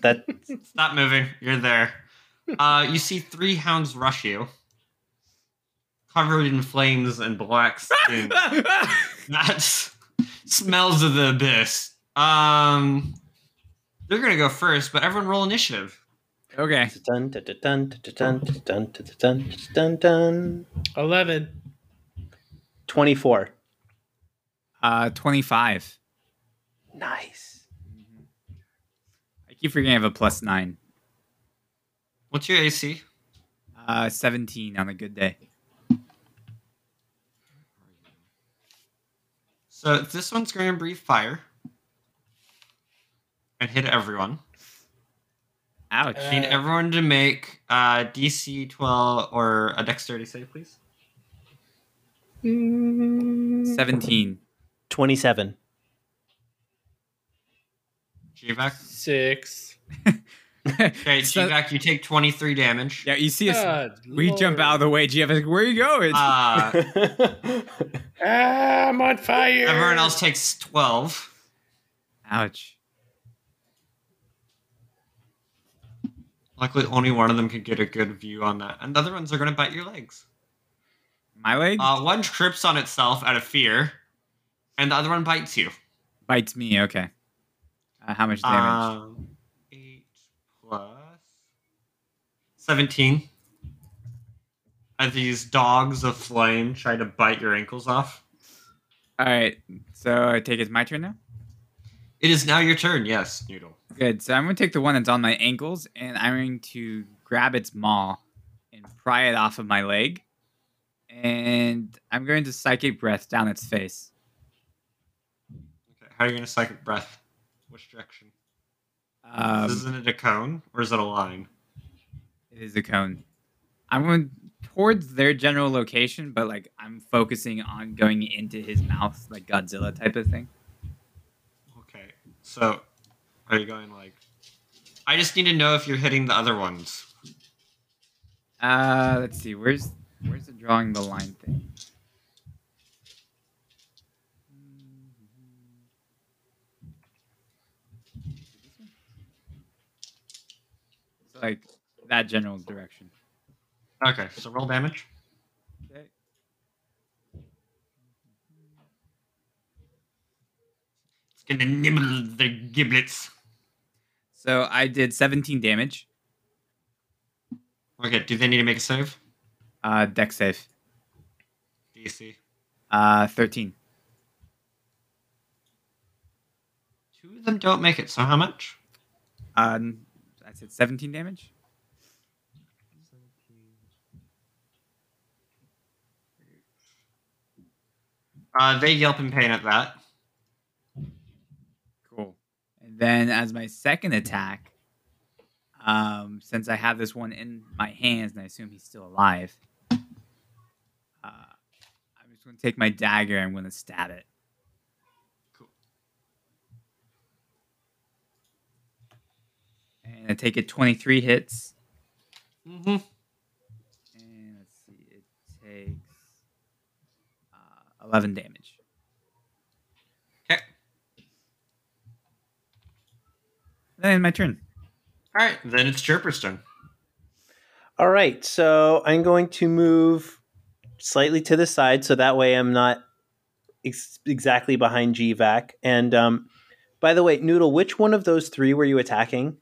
Speaker 2: that
Speaker 3: Stop moving. You're there. Uh, you see three hounds rush you, covered in flames and black skin. that smells of the abyss. Um, they're gonna go first, but everyone roll initiative.
Speaker 1: okay.
Speaker 2: dun dun dun dun dun dun dun dun dun dun
Speaker 4: Eleven.
Speaker 2: twenty four.
Speaker 1: Uh, 25.
Speaker 2: Nice.
Speaker 1: I keep forgetting I have a plus nine.
Speaker 3: What's your AC?
Speaker 1: Uh, 17 on a good day.
Speaker 3: So this one's going to breathe fire and hit everyone.
Speaker 1: Ouch.
Speaker 3: I need
Speaker 4: Uh,
Speaker 3: everyone to make uh, DC 12 or a dexterity save, please.
Speaker 1: 17.
Speaker 2: 27.
Speaker 3: GVAC.
Speaker 4: Six.
Speaker 3: Okay,
Speaker 1: So-
Speaker 3: GVAC, you take 23 damage.
Speaker 1: yeah, you see us.
Speaker 4: Good
Speaker 1: we jump
Speaker 4: Ah, lord.
Speaker 1: out of the way. GF is like, where are you going?
Speaker 3: Uh,
Speaker 4: Ah, I'm on fire.
Speaker 3: everyone else takes 12.
Speaker 1: Ouch.
Speaker 3: Luckily, only one of them could get a good view on that. And the other ones are going to bite your legs.
Speaker 1: My leg
Speaker 3: Uh, one trips on itself out of fear, and the other one bites you.
Speaker 1: bites me. Okay. Uh, how much damage?
Speaker 3: Um, 8 plus 17. As these dogs of flame try to bite your ankles off. uh,
Speaker 1: All right. So I take it's my turn now?
Speaker 3: It is now your turn, yes, Noodle.
Speaker 1: Good. So I'm going to take the one that's on my ankles and I'm going to grab its maw and pry it off of my leg. And I'm going to psychic breath down its face.
Speaker 3: Okay, how are you going to psychic breath? Which direction?
Speaker 1: Um,
Speaker 3: Isn't it a cone or is it a line?
Speaker 1: it is a cone. I'm going towards their general location, but like I'm focusing on going into his mouth, like Godzilla type of thing.
Speaker 3: Okay, so are you going like. I just need to know if you're hitting the other ones.
Speaker 1: Uh, let's see. Where's where's the drawing the line thing? Mm-hmm. It's like that general direction.
Speaker 3: Okay, so roll damage.
Speaker 1: Okay.
Speaker 3: It's gonna nibble the giblets.
Speaker 1: So I did 17 damage.
Speaker 3: Okay, do they need to make a save?
Speaker 1: Uh, deck safe.
Speaker 3: DC.
Speaker 1: Uh, 13.
Speaker 3: Two of them don't make it, so how much?
Speaker 1: Um, I said 17 damage.
Speaker 3: Uh, they yelp in pain at that.
Speaker 1: Cool. And then as my second attack, um, since I have this one in my hands and I assume he's still alive, uh, I'm just going to take my dagger and I'm going to stab it.
Speaker 3: Cool.
Speaker 1: And I take it 23 hits.
Speaker 3: Mm-hmm.
Speaker 1: And let's see, it takes uh, 11 damage.
Speaker 3: Okay.
Speaker 1: Then my turn.
Speaker 3: All right, then it's Chirper's turn.
Speaker 2: All right, so I'm going to move slightly to the side so that way I'm not ex- exactly behind GVAC. And um, by the way, Noodle, which one of those three were you attacking?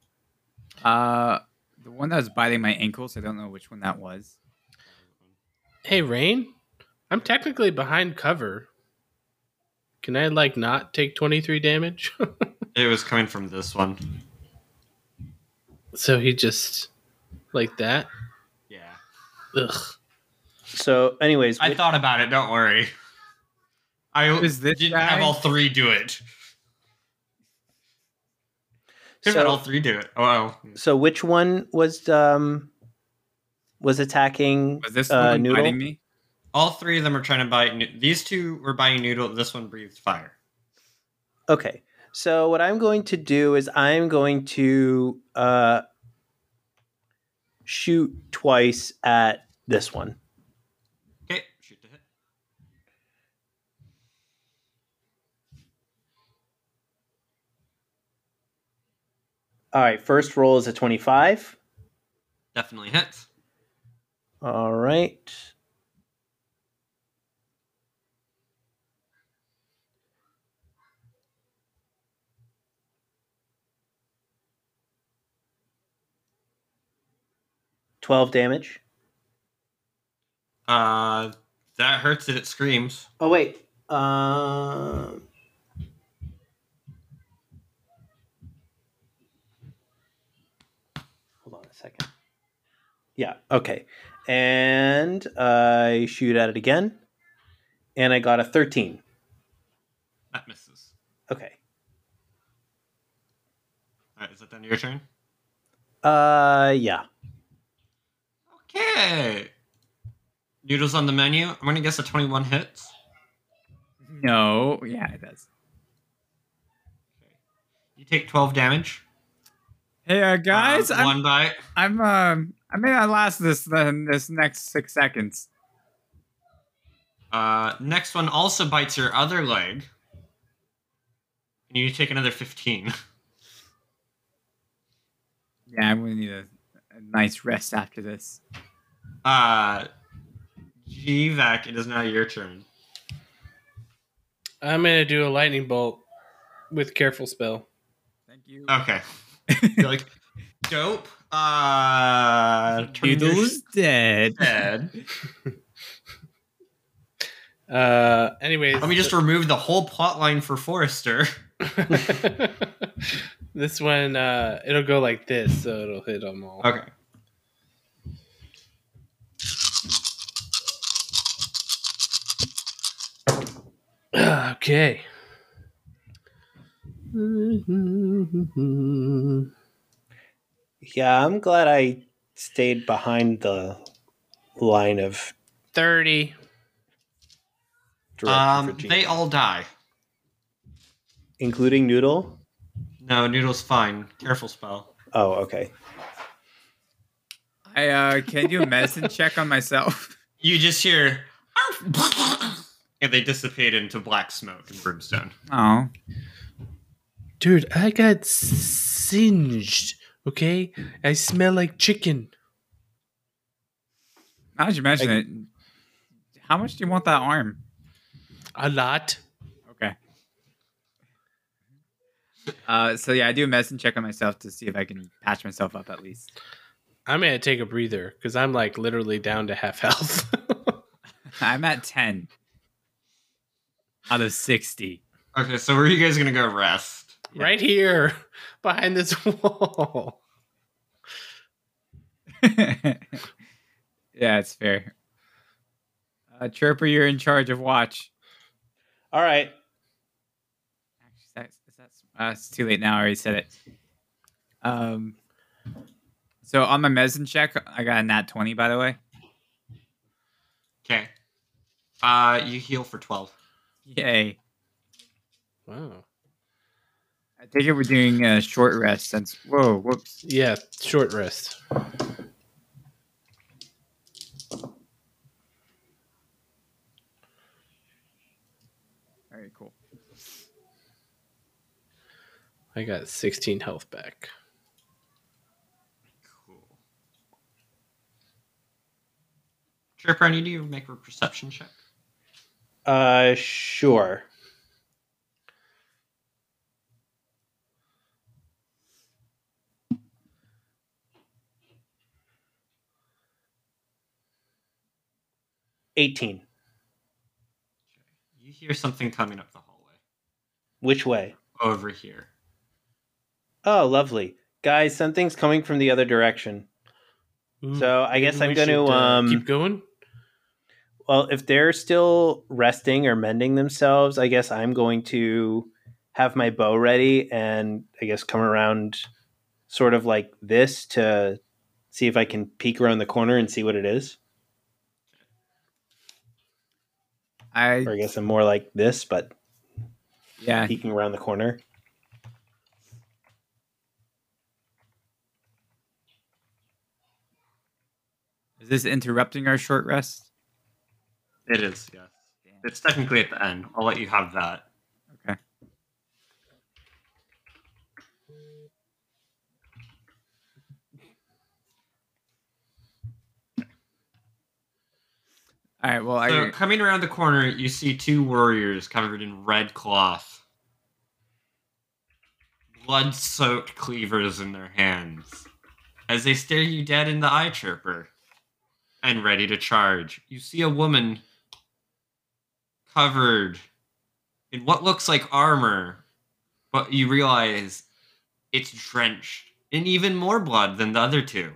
Speaker 1: Uh, the one that was biting my ankles, I don't know which one that was.
Speaker 4: Hey, Rain. I'm technically behind cover. Can I like not take 23 damage?
Speaker 3: It was coming from this one.
Speaker 4: so he just like that.
Speaker 3: Yeah.
Speaker 4: Ugh.
Speaker 2: So, anyways,
Speaker 3: I
Speaker 2: which-
Speaker 3: thought about it, don't worry. I
Speaker 1: Is this
Speaker 3: didn't
Speaker 1: guy?
Speaker 3: have all three do it. Could have had all
Speaker 2: so,
Speaker 3: three do it. Oh, wow.
Speaker 2: so which one was um, was attacking
Speaker 1: Was this
Speaker 2: uh,
Speaker 1: one
Speaker 2: Noodle?
Speaker 1: biting me?
Speaker 3: All three of them are trying to bite. Noo- These two were biting Noodle. This one breathed fire.
Speaker 2: Okay. So what I'm going to do is I'm going to uh, shoot twice at this one.
Speaker 3: Okay, shoot to hit.
Speaker 2: All right. First roll is a 25.
Speaker 3: Definitely hits.
Speaker 2: All right. Twelve damage.
Speaker 3: Uh, that hurts it. It screams.
Speaker 2: Oh wait. Um. Hold on a second. Yeah. Okay. And I shoot at it again, and I got a thirteen.
Speaker 3: That misses.
Speaker 2: Okay.
Speaker 3: All right, is that the end of your turn?
Speaker 2: Uh, yeah.
Speaker 3: Okay. Noodles on the menu. I'm gonna guess a 21 hits.
Speaker 1: No, yeah, it does.
Speaker 3: You take 12 damage.
Speaker 1: Hey uh, guys,
Speaker 3: Uh,
Speaker 1: I'm
Speaker 3: one bite.
Speaker 1: I'm um I may not last this then this next six seconds.
Speaker 3: Uh, next one also bites your other leg. And you take another 15.
Speaker 1: Yeah, I'm gonna need a, a nice rest after this.
Speaker 3: Uh, GVAC, it is now your turn.
Speaker 4: I'm gonna do a lightning bolt with careful spell.
Speaker 1: Thank you.
Speaker 3: Okay. You're like, dope. Uh, turn your
Speaker 5: Noodle's dead.
Speaker 3: head.
Speaker 4: Uh, anyways,
Speaker 3: Let me just remove the whole plot line for Forrester.
Speaker 4: this one uh, it'll go like this, so it'll hit them all.
Speaker 3: Okay.
Speaker 4: okay.
Speaker 2: Yeah, I'm glad I stayed behind the line of
Speaker 4: Thirty.
Speaker 2: direction
Speaker 3: Um,
Speaker 2: for Gene.
Speaker 3: they all die.
Speaker 2: including Noodle.
Speaker 3: No, Noodle's fine. Careful spell.
Speaker 2: Oh, okay.
Speaker 1: I uh can do a medicine check on myself.
Speaker 3: You just hear, and they dissipate into black smoke and brimstone.
Speaker 1: Oh.
Speaker 4: Dude, I got singed. Okay, I smell like chicken.
Speaker 1: Now that you mention it, how much do you want that arm?
Speaker 4: A lot.
Speaker 1: Okay. Uh, so yeah, I do a medicine check on myself to see if I can patch myself up at least.
Speaker 4: I'm gonna take a breather because I'm like literally down to half health.
Speaker 1: I'm at ten out of sixty.
Speaker 3: Okay, so where are you guys gonna go rest?
Speaker 4: Right here, behind this wall.
Speaker 1: yeah, it's fair. Uh, Chirper, you're in charge of watch.
Speaker 2: All right.
Speaker 1: Actually, that's, that's, uh, it's too late now. I already said it. Um. So on my medicine check, I got a nat twenty. By the way,
Speaker 3: Okay. Uh, you heal for 12.
Speaker 1: yay!
Speaker 4: Wow.
Speaker 1: I take it we're doing a short rest since. Whoa, whoops.
Speaker 4: Yeah, short rest.
Speaker 1: All right, cool.
Speaker 4: I got 16 health back.
Speaker 3: Cool. Chirper, I need you to make a perception check.
Speaker 2: Uh, sure. Eighteen.
Speaker 3: You hear something coming up the hallway.
Speaker 2: Which way?
Speaker 3: Over here.
Speaker 2: Oh, lovely. Guys, something's coming from the other direction.
Speaker 4: Ooh,
Speaker 2: So I guess
Speaker 4: Hmm, maybe
Speaker 2: I'm
Speaker 4: we
Speaker 2: gonna,
Speaker 4: should, uh,
Speaker 2: um,
Speaker 4: keep going.
Speaker 2: Well, if they're still resting or mending themselves, I guess I'm going to have my bow ready and I guess come around sort of like this to see if I can peek around the corner and see what it is.
Speaker 1: I
Speaker 2: Or I guess I'm more like this, but
Speaker 1: yeah.
Speaker 2: peeking around the corner.
Speaker 1: Is this interrupting our short rest?
Speaker 3: It is, yes. It's technically at the end. I'll let you have that.
Speaker 1: Okay. All right. Well,
Speaker 3: So,
Speaker 1: I
Speaker 3: coming around the corner, you see two warriors covered in red cloth, blood soaked cleavers in their hands, as they stare you dead in the eye, Chirper, and ready to charge. You see a woman covered in what looks like armor, but you realize it's drenched in even more blood than the other two.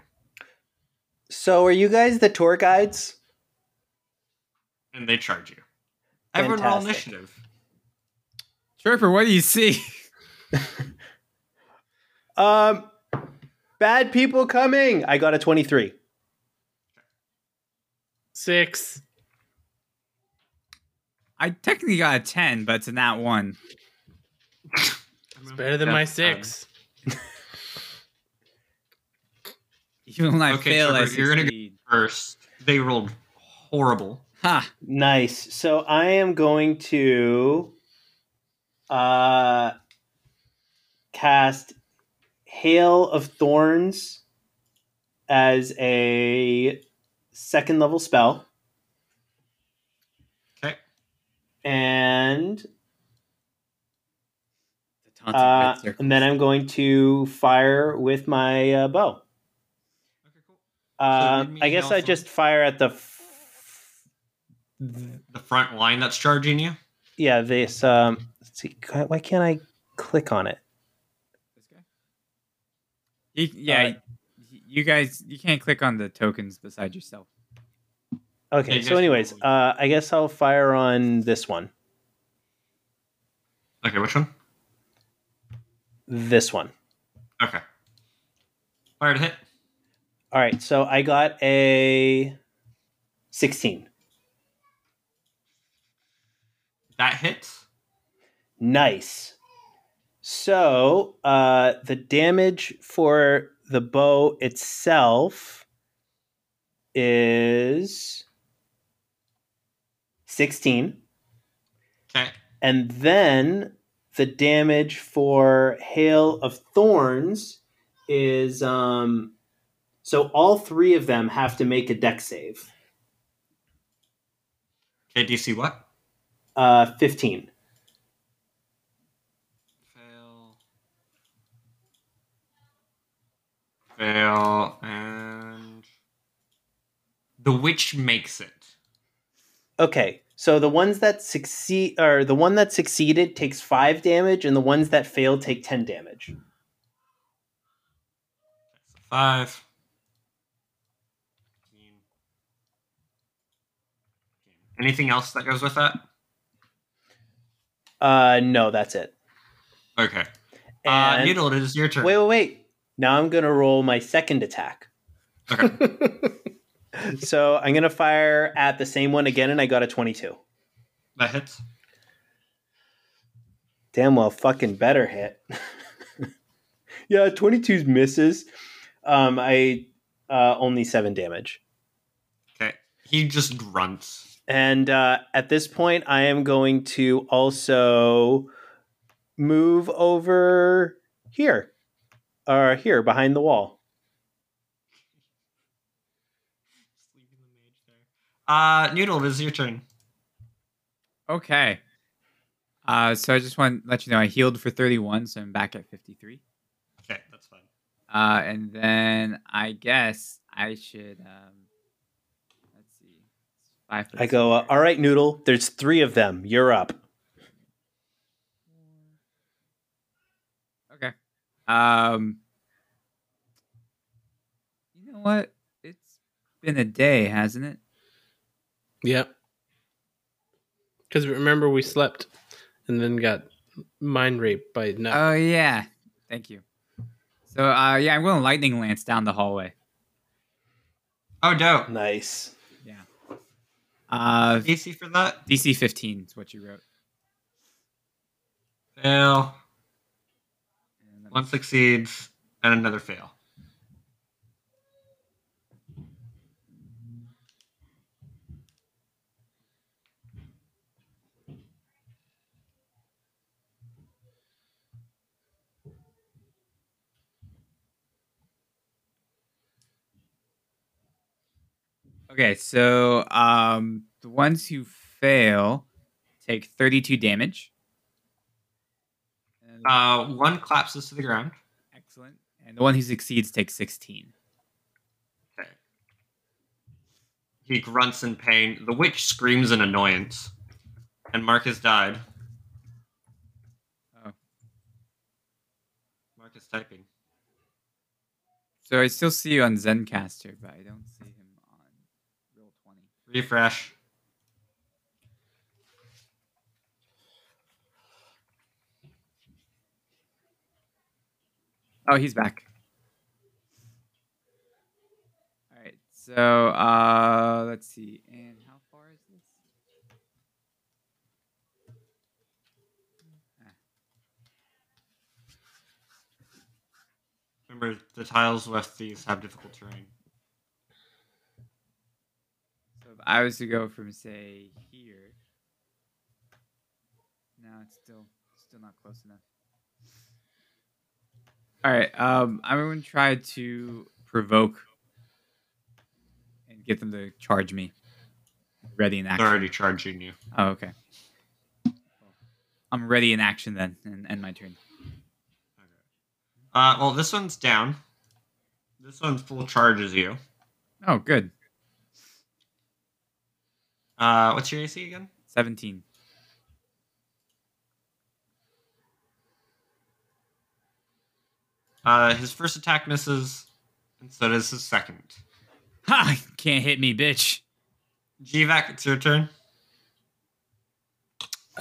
Speaker 2: So, are you guys the tour guides?
Speaker 3: and they charge you. Everyone roll
Speaker 2: Fantastic.
Speaker 3: initiative.
Speaker 1: Trevor, what do you see?
Speaker 2: Um, bad people coming. I got a 23.
Speaker 4: Six.
Speaker 1: I technically got a 10, but it's not one.
Speaker 4: It's better than
Speaker 3: Yeah,
Speaker 4: my
Speaker 3: um,
Speaker 4: six.
Speaker 1: Even when I
Speaker 3: Okay,
Speaker 1: fail, I
Speaker 3: Trevor, you're gonna go-
Speaker 1: succeed.
Speaker 3: First, they rolled horrible.
Speaker 1: Ha!
Speaker 2: Nice. So I am going to uh, cast Hail of Thorns as a second level spell.
Speaker 3: Okay.
Speaker 2: And
Speaker 1: The taunting
Speaker 2: uh,
Speaker 1: red circle.
Speaker 2: and then I'm going to fire with my uh, bow.
Speaker 3: Okay, cool.
Speaker 2: Uh,
Speaker 3: read me
Speaker 2: I guess
Speaker 3: Hail
Speaker 2: I
Speaker 3: Thorn.
Speaker 2: just fire at the f-
Speaker 3: The front line that's charging you.
Speaker 2: yeah this um let's see ca- why can't i click on it
Speaker 1: This guy? You- yeah,
Speaker 2: uh,
Speaker 1: y- you guys, you can't click on the tokens beside yourself.
Speaker 2: okay
Speaker 3: Yeah,
Speaker 2: so
Speaker 3: just-
Speaker 2: anyways uh i guess i'll fire on this one
Speaker 3: Okay, which one?
Speaker 2: this one
Speaker 3: Okay. Fire to hit.
Speaker 2: all right so i got a 16
Speaker 3: That hits.
Speaker 2: nice so uh the damage for the bow itself is 16
Speaker 3: Okay.
Speaker 2: And then the damage for Hail of Thorns is um so all three of them have to make a deck save.
Speaker 3: Okay, DC what?
Speaker 2: Uh 15.
Speaker 3: Fail. Fail and the witch makes it.
Speaker 2: Okay. So the ones that succeed or the one that succeeded takes 5 damage and the ones that failed take 10 damage.
Speaker 3: So five. 15. Anything else that goes with that?
Speaker 2: Uh no, that's it.
Speaker 3: Okay. uh,
Speaker 2: And
Speaker 3: Noodle, it is your turn.
Speaker 2: Wait, wait, wait. Now I'm going to roll my second attack.
Speaker 3: Okay.
Speaker 2: So I'm going to fire at the same one again and I got a 22.
Speaker 3: that hits.
Speaker 2: damn well fucking better hit. yeah, 22's misses. Um, I uh, only seven damage.
Speaker 3: Okay. He just grunts.
Speaker 2: And uh, at this point, I am going to also move over here or here behind the wall.
Speaker 3: Uh, Noodle, it is your turn.
Speaker 1: Okay. Uh, so I just want to let you know I healed for 31, so I'm back at 53.
Speaker 3: Okay, that's fine.
Speaker 1: Uh, and then I guess I should. Um, let's see. It's Five foot
Speaker 2: I go, uh,
Speaker 1: square.
Speaker 2: all right, Noodle, there's three of them. You're up.
Speaker 1: Okay. Um. You know what? It's been a day, hasn't it?
Speaker 4: Yep. Because remember, we slept and then got mind raped by Nut.
Speaker 1: Oh yeah. Thank you. So uh, yeah, I'm going lightning lance down the hallway.
Speaker 3: Oh, dope.
Speaker 2: Nice.
Speaker 1: Uh,
Speaker 3: DC for that?
Speaker 1: DC 15 is what you wrote.
Speaker 3: Fail.
Speaker 1: And let me-
Speaker 3: One succeeds and another fail.
Speaker 1: Okay, so um, the ones who fail take 32 damage. And-
Speaker 3: Uh, one collapses to the ground.
Speaker 1: Excellent. And the one who succeeds takes 16.
Speaker 3: Okay. He grunts in pain. The witch screams in annoyance. And Marcus died.
Speaker 1: Oh.
Speaker 3: Marcus typing.
Speaker 1: So I still see you on Zencaster, but I don't see him on Roll 20.
Speaker 3: Refresh.
Speaker 1: Oh, he's back. All right. So uh, let's see. And how far is this?
Speaker 3: Remember, the tiles with these have difficult terrain.
Speaker 1: So if I was to go from say here, no, it's still still not close enough. All right, um, I'm going to try to provoke and get them to charge me. Ready in
Speaker 3: They're
Speaker 1: action.
Speaker 3: already charging you.
Speaker 1: Oh, okay. I'm ready in action then, and end my turn.
Speaker 3: Uh, well, this one's down. This one full charges you.
Speaker 1: Oh, good.
Speaker 3: Uh, what's your AC again?
Speaker 1: 17.
Speaker 3: Uh, his first attack misses, and so does his second.
Speaker 1: Ha! Can't hit me, bitch.
Speaker 3: GVAC, it's your turn.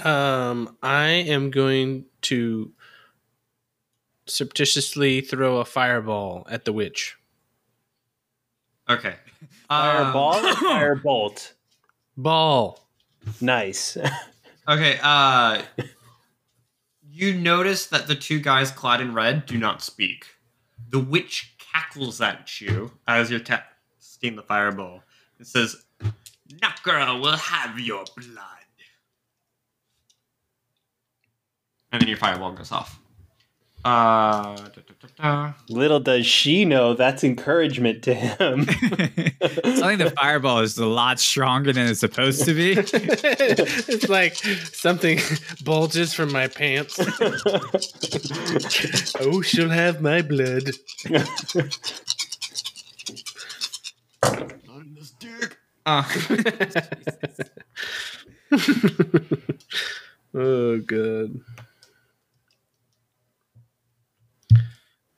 Speaker 4: Um, I am going to surreptitiously throw a fireball at the witch.
Speaker 3: Okay. Um,
Speaker 2: Fireball, or firebolt.
Speaker 4: Ball.
Speaker 2: Nice.
Speaker 3: Okay. Uh, you notice that the two guys clad in red do not speak. The witch cackles at you as you're testing the fireball. It says, "Nakra will have your blood," and then your fireball goes off. Uh, da, da, da, da.
Speaker 2: Little does she know that's encouragement to him.
Speaker 1: Something the fireball is a lot stronger than it's supposed to be.
Speaker 4: it's like something bulges from my pants. oh, she'll have my blood.
Speaker 3: Not in this dick. Uh,
Speaker 4: oh, good.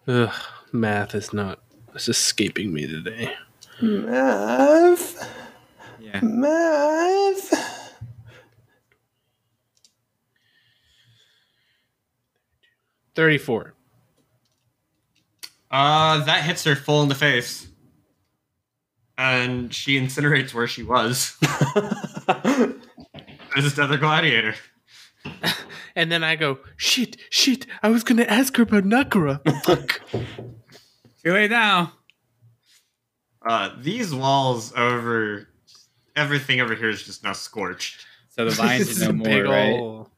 Speaker 4: Ugh, math is not. It's escaping me today.
Speaker 2: Mav,
Speaker 1: Yeah.
Speaker 2: Mav.
Speaker 4: Thirty-four.
Speaker 3: Uh, that hits her full in the face. And she incinerates where she was. There's another gladiator.
Speaker 4: And then I go, shit, shit. I was gonna ask her about Nakura. Fuck.
Speaker 1: Too late now.
Speaker 3: Uh, these walls over everything over here is just now scorched.
Speaker 1: So the vines
Speaker 4: This
Speaker 1: are
Speaker 4: is
Speaker 1: no
Speaker 4: a
Speaker 1: more,
Speaker 4: big
Speaker 1: right?
Speaker 4: ol'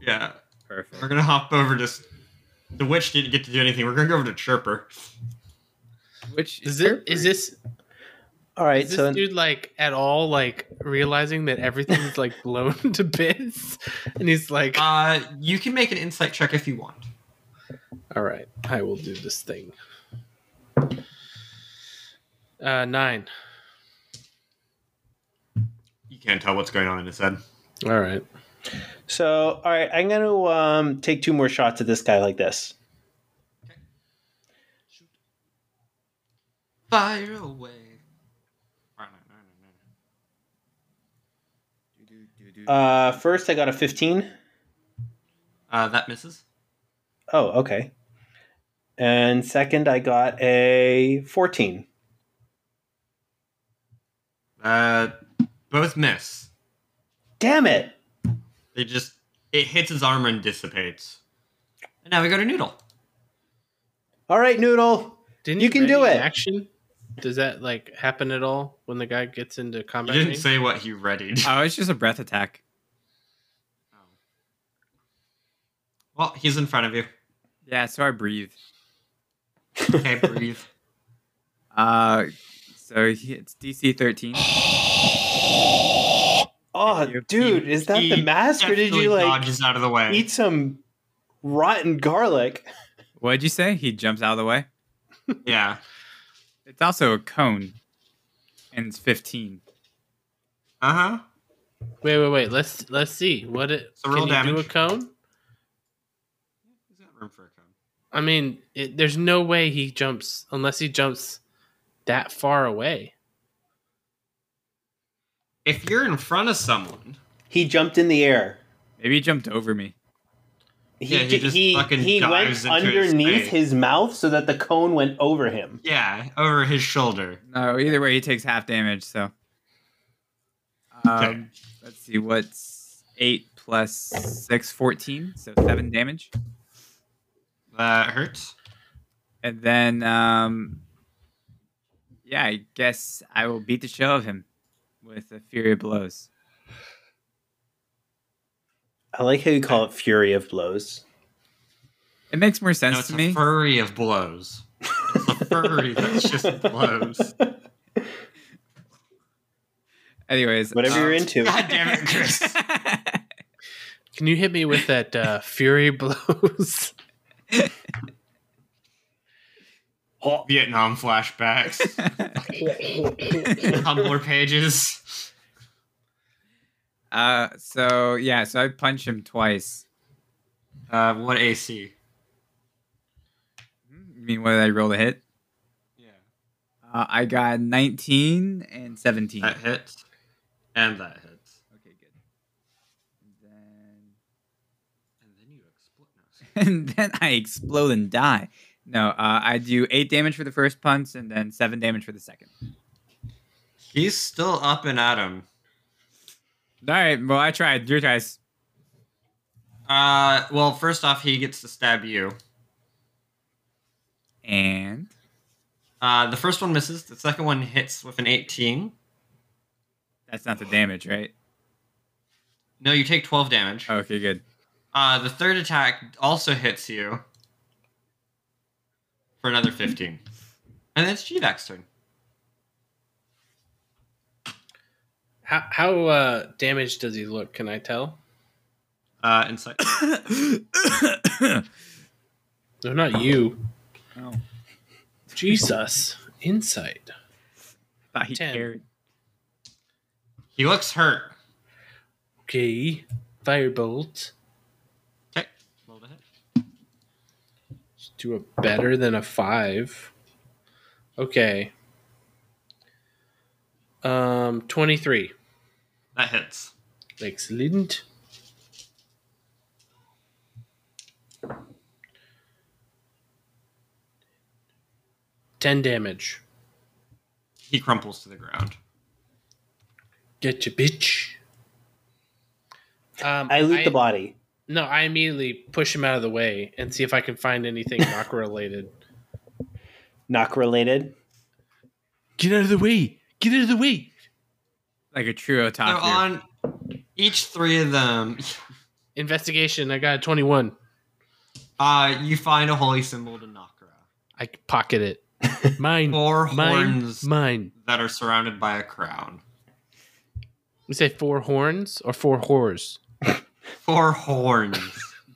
Speaker 3: Yeah,
Speaker 1: Perfect.
Speaker 3: we're gonna hop over to. s- The witch didn't get to do anything. We're gonna go over to Chirper.
Speaker 1: Which
Speaker 4: Is it? Is this?
Speaker 2: All right,
Speaker 4: Is this
Speaker 2: so
Speaker 4: dude like at all like realizing that everything's like blown to bits, and he's like,
Speaker 3: Uh, you can make an insight check if you want.
Speaker 4: "All right, I will do this thing." Uh, nine.
Speaker 3: You can't tell what's going on in his head.
Speaker 4: All right.
Speaker 2: so all right, I'm gonna um, take two more shots at this guy like this.
Speaker 3: Fire away.
Speaker 2: Uh, first, I got a 15.
Speaker 3: Uh, that misses.
Speaker 2: Oh, okay. And second, I got a 14.
Speaker 3: Uh, both miss.
Speaker 2: Damn it!
Speaker 3: It just it hits his armor and dissipates. And now we go to Noodle.
Speaker 2: All right, Noodle.
Speaker 4: Didn't
Speaker 2: You
Speaker 4: he
Speaker 2: can do
Speaker 4: ready in
Speaker 2: it.
Speaker 4: Action. Does that like happen at all when the guy gets into
Speaker 3: You
Speaker 4: combat?
Speaker 3: didn't
Speaker 4: range?
Speaker 3: say what he readied.
Speaker 1: Oh, it's just a breath attack.
Speaker 3: Well, he's in front of you.
Speaker 1: Yeah, so I breathe.
Speaker 3: Okay, breathe.
Speaker 1: Uh, so he, it's DC 13.
Speaker 2: Oh,
Speaker 1: Thank you.
Speaker 2: dude, is that the
Speaker 3: He
Speaker 2: mask, or did
Speaker 3: definitely
Speaker 2: you like
Speaker 3: dodges out of the way?
Speaker 2: eat some rotten garlic?
Speaker 1: What'd you say? He jumps out of the way.
Speaker 3: Yeah.
Speaker 1: It's also a cone, and it's 15.
Speaker 3: Uh huh.
Speaker 4: Wait, wait, wait. Let's let's see. What it
Speaker 3: So roll
Speaker 4: can you do a
Speaker 3: damage.
Speaker 4: cone?
Speaker 3: He's got room for a cone.
Speaker 4: I mean, it, there's no way he jumps unless he jumps that far away.
Speaker 3: If you're in front of someone,
Speaker 2: He jumped in the air.
Speaker 1: Maybe he jumped over me.
Speaker 2: He,
Speaker 3: Yeah, he
Speaker 2: j-
Speaker 3: just
Speaker 2: he,
Speaker 3: fucking
Speaker 2: he went
Speaker 3: dives into his
Speaker 2: underneath
Speaker 3: face.
Speaker 2: his mouth so that the cone went over him.
Speaker 3: Yeah, over his shoulder.
Speaker 1: No, either way, he takes half damage. So, um,
Speaker 3: Okay.
Speaker 1: let's see, what's eight plus six, 14. So seven damage,
Speaker 3: That hurts.
Speaker 1: and then, um, yeah, I guess I will beat the shit out of him with a fury of blows.
Speaker 2: I like how you call it fury of blows.
Speaker 1: It makes more
Speaker 3: No,
Speaker 1: sense
Speaker 3: it's
Speaker 1: to
Speaker 3: a
Speaker 1: me.
Speaker 3: furry of blows. It's a furry that's just blows.
Speaker 1: Anyways,
Speaker 2: Whatever
Speaker 1: um,
Speaker 2: you're into.
Speaker 3: God damn it, Chris.
Speaker 4: Can you hit me with that uh, Fury Blows?
Speaker 3: Vietnam flashbacks, Tumblr pages.
Speaker 1: uh, so yeah, so I punch him twice.
Speaker 3: Uh, what AC?
Speaker 1: You mean what did I roll to hit?
Speaker 3: Yeah.
Speaker 1: Uh, I got 19 and 17.
Speaker 2: Uh,
Speaker 3: That hits. And that hits.
Speaker 1: Okay, good. Then,
Speaker 3: And then you explode.
Speaker 1: and then I explode and die. No, uh, I do eight damage for the first punch and then seven damage for the second.
Speaker 3: He's still up and at him.
Speaker 1: All right, well I tried. Your guys.
Speaker 3: Uh, well, first off, he gets to stab you.
Speaker 1: And
Speaker 3: Uh, the first one misses. The second one hits with an 18.
Speaker 1: that's not the damage, right? Oh,
Speaker 3: No, you take 12 damage.
Speaker 1: Okay, good.
Speaker 3: Uh, the third attack also hits you for another 15. And then it's Gvac's turn.
Speaker 4: How, how uh, damaged does he look? Can I tell?
Speaker 3: Uh, insight.
Speaker 4: No, not you.
Speaker 1: Oh.
Speaker 4: Jesus. Insight.
Speaker 1: Thought he
Speaker 4: Ten.
Speaker 1: cared.
Speaker 3: he looks hurt.
Speaker 4: Okay. Firebolt.
Speaker 3: Okay. Roll to hit.
Speaker 4: Let's do a better than a five. Okay. Um, 23.
Speaker 3: That hits.
Speaker 4: Excellent. Ten damage.
Speaker 3: He crumples to the ground.
Speaker 4: Get you, bitch. Um,
Speaker 2: I loot the body.
Speaker 4: No, I immediately push him out of the way and see if I can find anything knock related.
Speaker 2: Knock related.
Speaker 4: Get out of the way! Get out of the way!
Speaker 1: Like a true
Speaker 3: They're
Speaker 1: otaku.
Speaker 3: on each three of them.
Speaker 4: Investigation. I got a twenty-one.
Speaker 3: Uh, you find a holy symbol to Nakra.
Speaker 4: I pocket it. Mine.
Speaker 3: Four
Speaker 4: mine.
Speaker 3: horns
Speaker 4: Mine.
Speaker 3: that are surrounded by a crown.
Speaker 4: We say four horns or four whores.
Speaker 3: Four horns.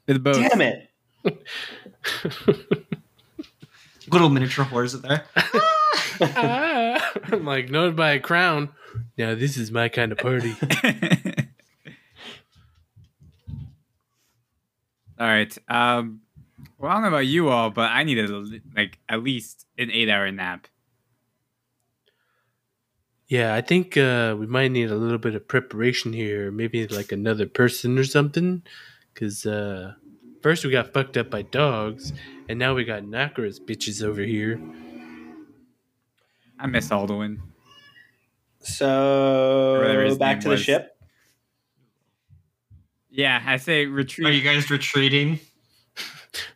Speaker 1: the boat.
Speaker 2: Damn it.
Speaker 3: Little miniature whores are there.
Speaker 4: Ah. I'm like noted by a crown. Now this is my kind of party.
Speaker 1: all right. Um, well, I don't know about you all, but I need a, like at least an eight-hour nap.
Speaker 4: Yeah, I think uh, we might need a little bit of preparation here. Maybe like another person or something. Because uh, first we got fucked up by dogs, and now we got Nakara's bitches over here.
Speaker 1: I miss Alduin. Whatever
Speaker 2: So
Speaker 1: his
Speaker 2: back
Speaker 1: name
Speaker 2: to the
Speaker 1: was.
Speaker 2: ship.
Speaker 1: Yeah, I say
Speaker 3: Are
Speaker 1: retreat.
Speaker 3: you guys retreating?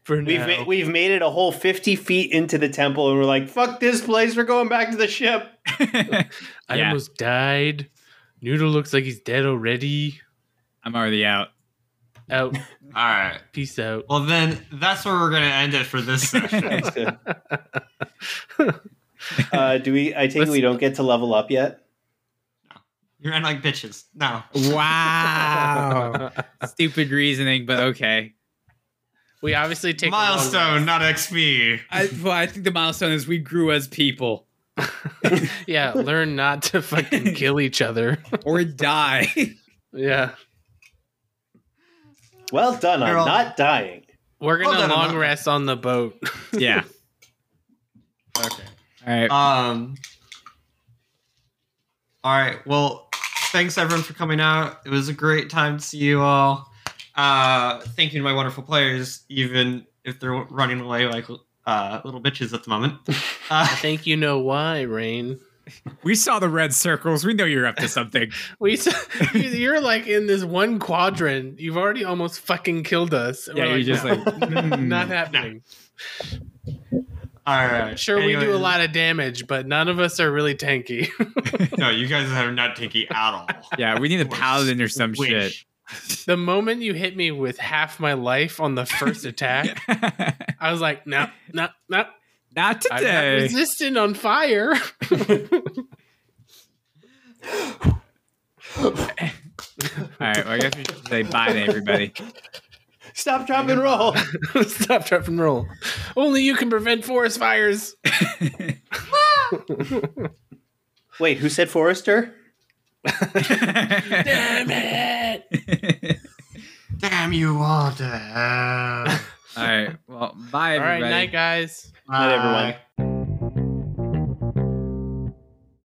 Speaker 4: For
Speaker 2: We've
Speaker 4: now,
Speaker 2: ma- we've made it a whole fifty feet into the temple, and we're like, "Fuck this place! We're going back to the ship."
Speaker 4: I
Speaker 1: Yeah.
Speaker 4: almost died. Noodle looks like he's dead already.
Speaker 1: I'm already out.
Speaker 4: Out.
Speaker 3: All right.
Speaker 4: Peace out.
Speaker 3: Well, then that's where we're gonna end it for this session.
Speaker 2: That's good. uh, do we? I think
Speaker 4: Let's-
Speaker 2: we don't get to level up yet.
Speaker 3: You're in like bitches. No.
Speaker 1: Wow. Stupid reasoning, but okay.
Speaker 4: we obviously take a long
Speaker 3: Milestone, not XP.
Speaker 1: I, well, I think the milestone is we grew as people
Speaker 4: rest. Yeah, learn not to fucking kill each other.
Speaker 1: or die.
Speaker 4: Yeah.
Speaker 2: Well done on
Speaker 3: You're all-
Speaker 2: not dying.
Speaker 4: We're
Speaker 3: Well
Speaker 4: gonna
Speaker 3: done,
Speaker 4: long
Speaker 3: Amanda.
Speaker 4: rest on the boat.
Speaker 1: yeah.
Speaker 3: Okay.
Speaker 1: All right.
Speaker 3: Um. All right. Well, thanks everyone for coming out. It was a great time to see you all. Uh, thank you to my wonderful players, even if they're running away like uh, little bitches at the moment.
Speaker 4: I
Speaker 3: Uh,
Speaker 4: think you know why, Rain.
Speaker 1: We saw the red circles. We know you're up to something.
Speaker 4: We s- you- you're like in this one quadrant. You've already almost fucking killed us. And
Speaker 1: yeah,
Speaker 4: we're
Speaker 1: you're just
Speaker 4: "No,
Speaker 1: like, mm.
Speaker 4: not happening.
Speaker 3: all right.
Speaker 4: Sure, we do a
Speaker 3: Anyways.
Speaker 4: lot of damage, but none of us are really tanky.
Speaker 3: No, you guys are not tanky at all.
Speaker 1: yeah, we need a
Speaker 3: Or
Speaker 1: paladin or some shit.
Speaker 3: Which-
Speaker 4: the moment you hit me with half my life on the first attack, I was like, no, no, no,
Speaker 1: not
Speaker 4: I'm not
Speaker 1: today.
Speaker 4: resistant on fire.
Speaker 1: All right, well, I guess we should say bye to everybody.
Speaker 2: Stop, drop, and roll.
Speaker 4: Stop, drop, and roll. Only you can prevent forest fires.
Speaker 2: Wait, who said Forrester?
Speaker 4: Damn it!
Speaker 3: Damn you all to hell.
Speaker 1: All right, well, bye
Speaker 4: All right,
Speaker 1: everybody.
Speaker 4: night, guys.
Speaker 3: Uh,
Speaker 2: Not everyone.
Speaker 3: Bye.